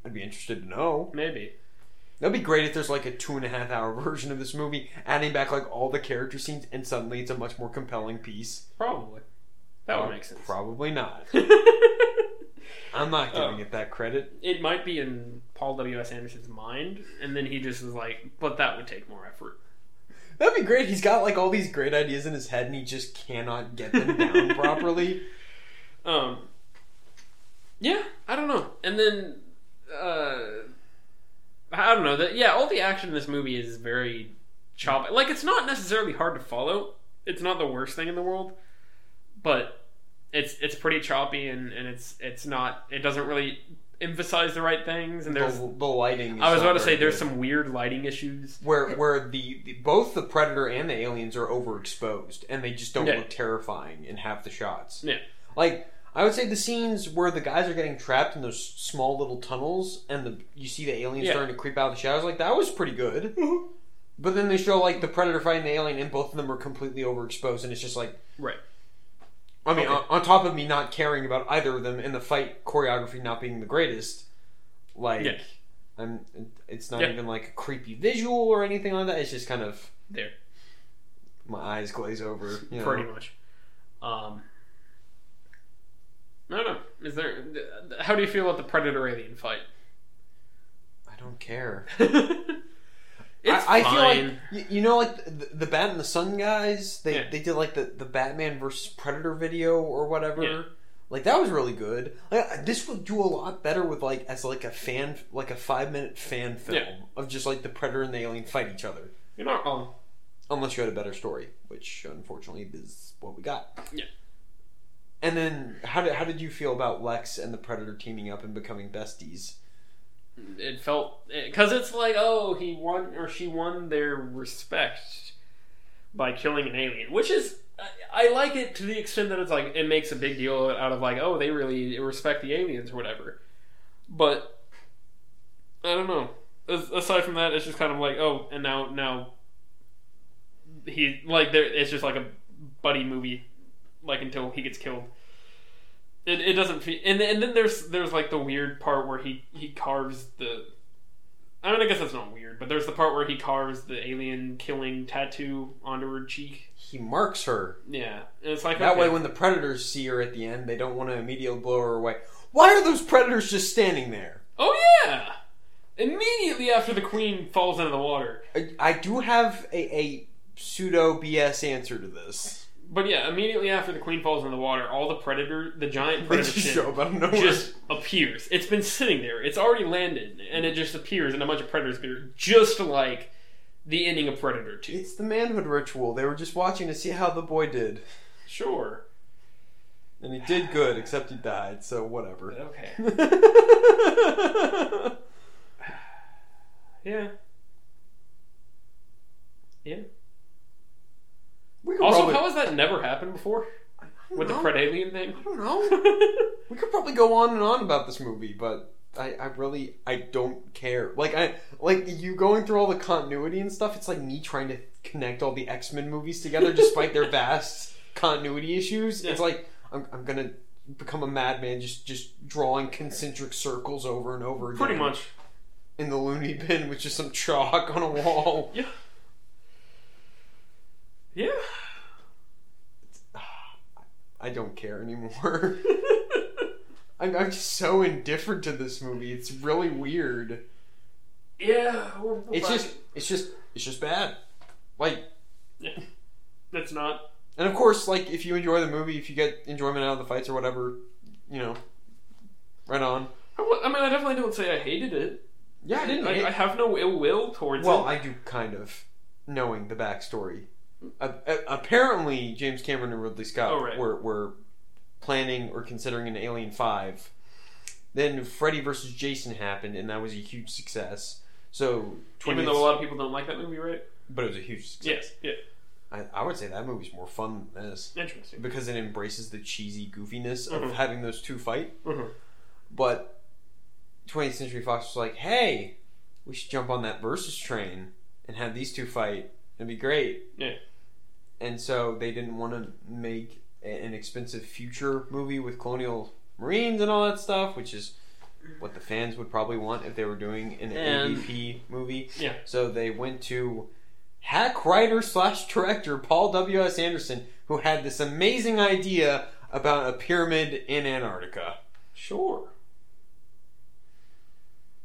I'd be interested to know Maybe. that'd be great if there's like a two and a half hour <laughs> version of this movie adding back like all the character scenes and suddenly it's a much more compelling piece Probably. That would make sense. probably not I'm not giving Um, it that credit. <laughs> It might be in Paul W. S. Anderson's mind, and then he just was like, "But that would take more effort." That'd be great. He's got like all these great ideas in his head, and he just cannot get them <laughs> down properly. Um, yeah, I don't know. And then, uh, I don't know. That yeah, all the action in this movie is very choppy. Like it's not necessarily hard to follow. It's not the worst thing in the world, but it's it's pretty choppy and and it's it's not. It doesn't really emphasize the right things. And The, there's the lighting. Is I was not about to say very there's good. some weird lighting issues. where where the, the both the predator and the aliens are overexposed and they just don't Yeah. look terrifying in half the shots. Yeah. Like I would say the scenes where the guys are getting trapped in those small little tunnels and the you see the aliens Yeah. Mm-hmm. starting to creep out of the shadows like that was pretty good. but then they show like the predator fighting the alien and both of them are completely overexposed and it's just like Right. I mean Okay. on, on top of me not caring about either of them and the fight choreography not being the greatest like Yeah. I'm, it's not Yeah. even like a creepy visual or anything like that. It's just kind of There. my eyes glaze over. You know. pretty much. Um, I don't know. Is there? How do you feel about the predator alien fight? I don't care. <laughs> it's I, fine. I feel like y- you know, like the, the Bat and the Sun guys. They Yeah. they did like the, the Batman versus Predator video or whatever. Yeah. Like that was really good. Like I- this would do a lot better with like as like a fan like a five minute fan film Yeah. of just like the Predator and the alien fight each other. you're not wrong. Unless you had a better story, which unfortunately is what we got. Yeah. And then how did how did you feel about Lex and the Predator teaming up and becoming besties? It felt because it's like oh he won or she won their respect by killing an alien, which is I, I like it to the extent that it's like it makes a big deal out of like oh they really respect the aliens or whatever, but I don't know. As- Aside from that, it's just kind of like oh and now now he like there it's just like a buddy movie like until he gets killed. It, it doesn't feel and and then there's there's like the weird part where he he carves the I mean I guess that's not weird but there's the part where he carves the alien killing tattoo onto her cheek He marks her yeah and it's like That okay. way, when the predators see her at the end, they don't want to immediately blow her away. Why are those predators just standing there? oh yeah immediately after the queen falls into the water I, I do have a, a pseudo BS answer to this. but yeah immediately after the queen falls into the water all the predator the <laughs> giant They <laughs> predator just shit show up out of nowhere. just appears. It's been sitting there. It's already landed, and it just appears, and a bunch of predators appear, just like the ending of Predator Two. It's the manhood ritual. They were just watching to see how the boy did, Sure. and he did good, except he died. So whatever. Okay. <laughs> Yeah. we could Also, probably, how has that never happened before I don't with the know. Pred Alien thing? I don't know. We could probably go on and on about this movie, but I, I really I don't care. Like I like you going through all the continuity and stuff, it's like me trying to connect all the X Men movies together <laughs> despite their vast continuity issues. It's Yeah. like I'm, I'm gonna become a madman just just drawing concentric circles over and over again <laughs> Pretty much. in the loony bin with just some chalk on a wall. Yeah. Yeah. I don't care anymore. <laughs> I'm, I'm just so indifferent to this movie. It's really weird. <laughs> yeah. We're, we're It's back. just, it's just, it's just bad. Like, Yeah. That's not. and of course, like if you enjoy the movie, if you get enjoyment out of the fights or whatever, you know, right on. I wa- I mean, I definitely don't say I hated it. Yeah, I didn't. hate- I, I have no ill will towards well, it. I do kind of knowing the backstory. A- a- apparently, James Cameron and Ridley Scott Oh, right. were were planning or considering an Alien Five. Then Freddy versus Jason happened, and that was a huge success. So, 20th, Even though a lot of people don't like that movie, right? but it was a huge success. Yes. Yeah. I, I would say that movie's more fun than this. Interesting. because it embraces the cheesy goofiness of Mhm. having those two fight. Mhm. But 20th Century Fox was like, hey, we should jump on that versus train and have these two fight. It'd be great. Yeah. And so they didn't want to make a- an expensive future movie with colonial marines and all that stuff, which is what the fans would probably want if they were doing an And- AVP movie. Yeah. So they went to hack writer slash director Paul W. S. Anderson, who had this amazing idea about a pyramid in Antarctica. Sure.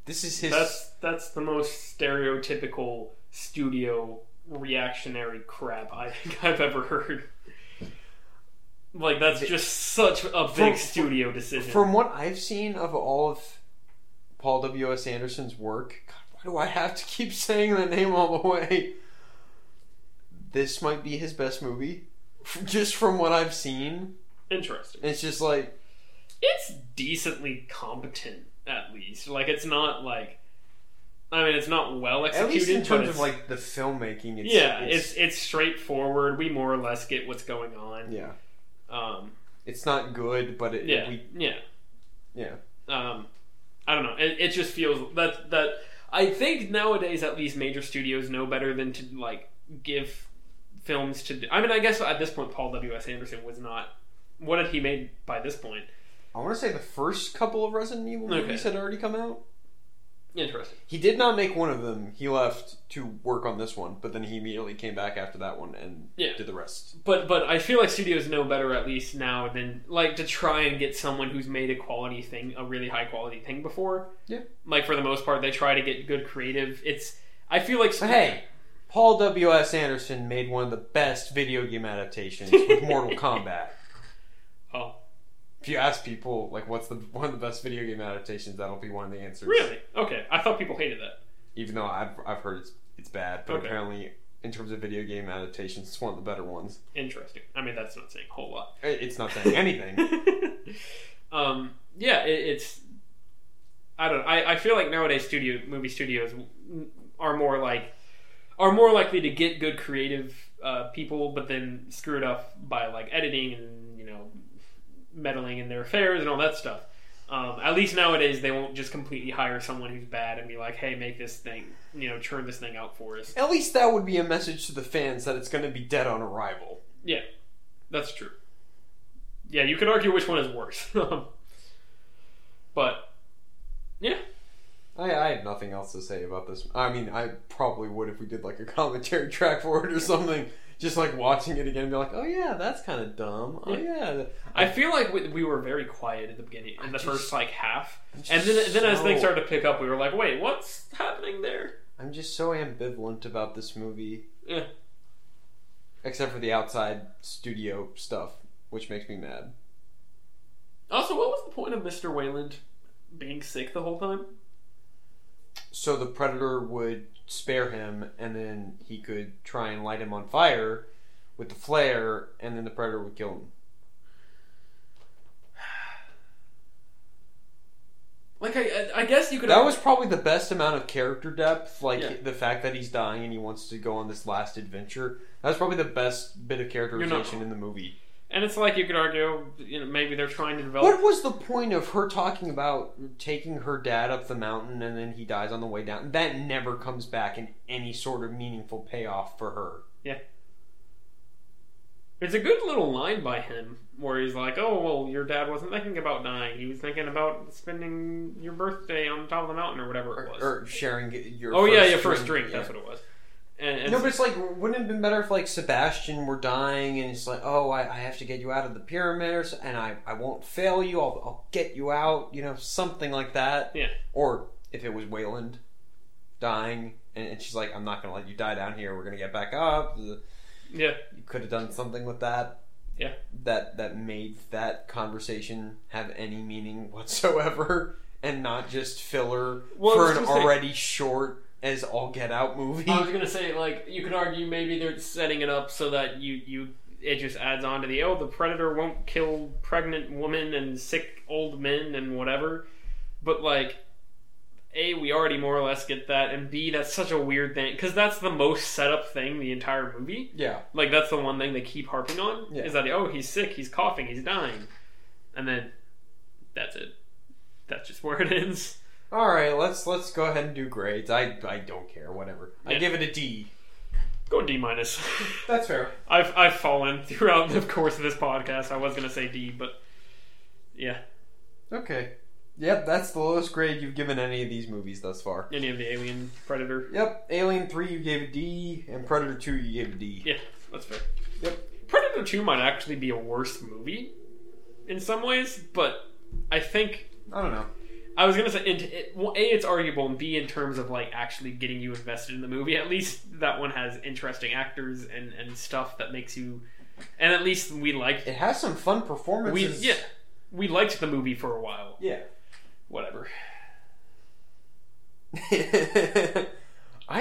This is his. That's that's the most stereotypical studio reactionary crap I think <laughs> I've ever heard. Like that's just such a big From- studio decision. From what I've seen of all of Paul W. S. Anderson's work, God, why do I have to keep <laughs> saying that name all the way? This might be his best movie, <laughs> just from what I've seen. Interesting. It's just like It's decently competent, at least. Like it's not like, I mean, it's not well at executed. least in but terms it's- of like the filmmaking. It's, yeah, it's, it's straightforward. We more or less get what's going on. yeah, Um, it's not good, but it yeah, we yeah. yeah. um, I don't know. It, it just feels that that I think nowadays at least major studios know better than to like give films to. Do. I mean, I guess at this point Paul W S Anderson was not. What had he made by this point? I want to say the first couple of Resident Evil Okay. movies had already come out. Interesting. He did not make one of them. He left to work on this one, but then he immediately came back after that one and Yeah. did the rest. But but I feel like studios know better at least now than like to try and get someone who's made a quality thing, a really high quality thing before. Yeah. Like for the most part, they try to get good creative. It's I feel like But hey, Paul W. S. Anderson made one of the best video game <laughs> adaptations with Mortal Kombat. oh If you ask people like what's the one of the best video game adaptations, that'll be one of the answers. really okay. I thought people hated that. Even though I've I've heard it's it's bad, but Okay. apparently in terms of video game adaptations, it's one of the better ones. Interesting. I mean, that's not saying a whole lot. I- It's not <laughs> saying anything. um, yeah, it, it's. I don't. I, I feel like nowadays studio movie studios are more like are more likely to get good creative uh, people, but then screw it up by like editing and you know meddling in their affairs and all that stuff. Um, at least nowadays, they won't just completely hire someone who's bad and be like, "Hey, make this thing, you know, churn this thing out for us." At least that would be a message to the fans that it's going to be dead on arrival. Yeah, that's true. Yeah, you could argue which one is worse. <laughs> but yeah, I, I have nothing else to say about this. I mean, I probably would if we did like a <laughs> commentary track for it or something. Just like watching it again and be like, oh yeah, that's kind of dumb. Oh yeah. I feel like we, we were very quiet at the beginning, in the just- first like half, just and then then as things so- started to pick up, we were like, "Wait, what's happening there?" I'm just so ambivalent about this movie, Yeah, except for the outside studio stuff, which makes me mad. Also, what was the point of Mister Wayland being sick the whole time? So the predator would spare him, and then he could try and light him on fire with the flare, and then the predator would kill him. Like, I I- I guess you could. That was probably the best amount of character depth. Like Yeah. the fact that he's dying and he wants to go on this last adventure. That was probably the best bit of characterization wrong. in the movie. and it's like you could argue, you know, maybe they're trying to develop. What was the point of her talking about taking her dad up the mountain and then he dies on the way down? That never comes back in any sort of meaningful payoff for her. It's a good little line by him where he's like, "Oh, well, your dad wasn't thinking about dying. He was thinking about spending your birthday on top of the mountain or whatever it was." Or sharing your oh yeah, your drink. first drink. Yeah. That's what it was. And, and No, but it's like, wouldn't it have been better if like Sebastian were dying and it's like, oh, I, I have to get you out of the pyramid, or, so- and I, I won't fail you. I'll, I'll get you out. You know, something like that. Yeah. Or if it was Wayland dying, and, and she's like, I'm not gonna let you die down here. We're gonna get back up. You yeah, could have done something with that. Yeah. That that made that conversation have any meaning whatsoever, <laughs> and not just filler Well, I for was an gonna say- already short as all get out movie. I was gonna say like you could argue maybe they're setting it up so that you you it just adds on to the oh the predator won't kill pregnant women and sick old men and whatever, but like. A, we already more or less get that, and B, that's such a weird thing because that's the most set up thing the entire movie. <laughs> yeah. Like that's the one thing they keep harping on Yeah. is that oh he's sick, he's coughing, he's dying, and then that's it. That's just where it ends. All right, let's let's go ahead and do grades. I I don't care, whatever. I Yeah. give it a D. Go D minus. <laughs> That's fair. I've I've fallen <laughs> throughout the course of this podcast. I was gonna say D, but yeah, Okay. Yep, that's the lowest grade you've given any of these movies thus far. any of the Alien Predator. Yep, Alien 3 you gave a D and Predator 2 you gave a D. Yeah, that's fair. Yep. Predator Two might actually be a worse movie in some ways, but I think I don't know. I was gonna say in, it, well, a it's arguable, and b in terms of like actually getting you invested in the movie. At least that one has interesting actors and and stuff that makes you. And at least we liked It has some fun we performances. yeah we liked the movie for a while. yeah. Whatever. <laughs> I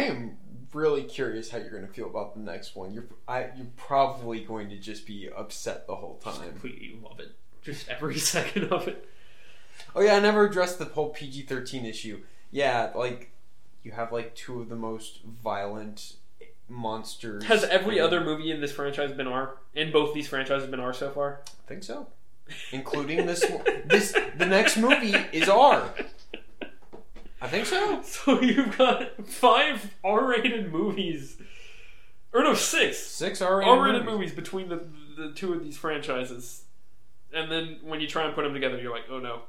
am really curious how you're going to feel about the next one. You're I, you're probably going to just be upset the whole Just time. completely love it. Just every <laughs> second of it. Oh yeah, I never addressed the whole PG-13 issue. Yeah, like you have like two of the most violent monsters. Has every in- other movie in this franchise been R? In both these franchises been R so far? I think so. Including this one. This the next movie is R. I think so. <laughs> So you've got five R-rated movies, or no, six Six R-rated, R-rated movies. movies between the the two of these franchises, and then when you try and put them together, you're like, oh no,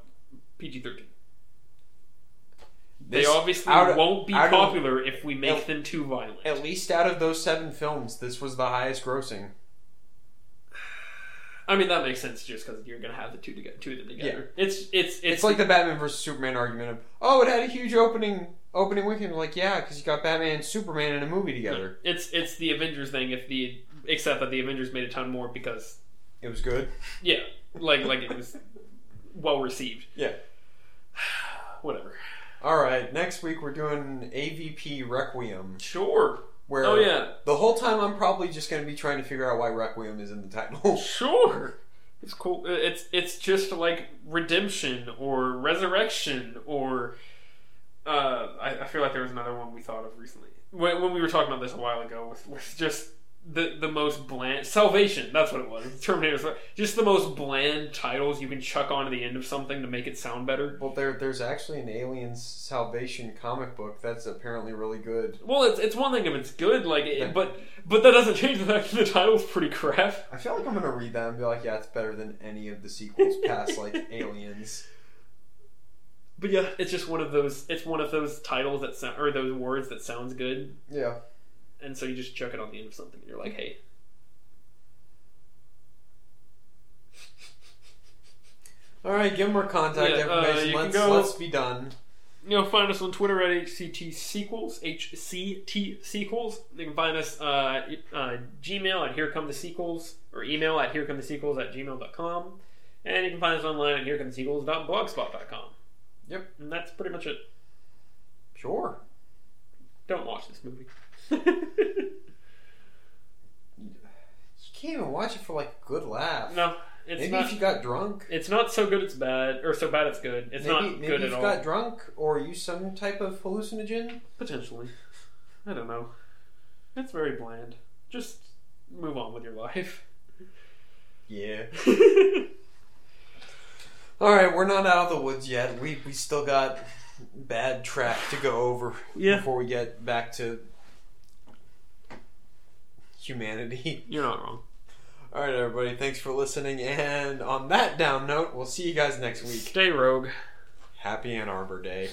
PG thirteen. They This- obviously out of- won't be out of- popular if we make At- them too violent. At least out of those seven films, this was the highest grossing. I mean, that makes sense just because you're gonna have the two together, two of them together. It's it's it's, It's like the Batman versus Superman argument of, oh, it had a huge opening opening weekend. Like, yeah, because you got Batman and Superman in a movie together. it's it's the Avengers thing. If the except that the Avengers made a ton more because It was good. Yeah, like like it was well received. Yeah. <sighs> Whatever. All right, next week we're doing AVP Requiem, Sure. where Oh yeah. the whole time I'm probably just going to be trying to figure out why Requiem is in the title. <laughs> Sure. It's cool. Uh, It's it's just like redemption or resurrection or uh, I, I feel like there was another one we thought of recently when, when we were talking about this a while ago with, with just the the most bland salvation. That's what it was. Terminator. Sal- Just the most bland titles you can chuck onto the end of something to make it sound better. well, there, there's actually an Alien Salvation comic book that's apparently really good. Well, it's it's one thing if it's good, like, Yeah. it, but but that doesn't <laughs> change the fact that the title's pretty crap. I feel like I'm going to read that and be like, yeah, it's better than any of <laughs> the sequels past, like, Aliens. But yeah, it's just one of those. It's one of those titles that sound or those words that sounds good, Yeah. and so you just chuck it on the end of something. And you're like, hey, All right, give them our contact Yeah, uh, information. you can let's, go- let's be done. <laughs> you know, find us on Twitter at HCT Sequels, HCT Sequels. You can find us uh, uh, Gmail at Here Come the Sequels or email at Here Come the Sequels at gmail.com. and you can find us online at Here Come the Sequels.blogspot.com. Yep. and that's pretty much it. Sure. Don't watch this <laughs> movie. You can't even watch it for like a good laugh. no, it's maybe not. if you got drunk. It's not so good it's bad, or so bad it's good. It's maybe not maybe good if at you all. got drunk or used some type of hallucinogen. Potentially. I don't know. It's very bland. Just move on with your life. Yeah. yeah, All right, we're not out of the woods yet. We we still got bad track to go over before we get back to humanity. <laughs> you're not wrong. All right, everybody. Thanks for listening. And on that down note, we'll see you guys next week. Stay rogue. Happy Ann Arbor Day.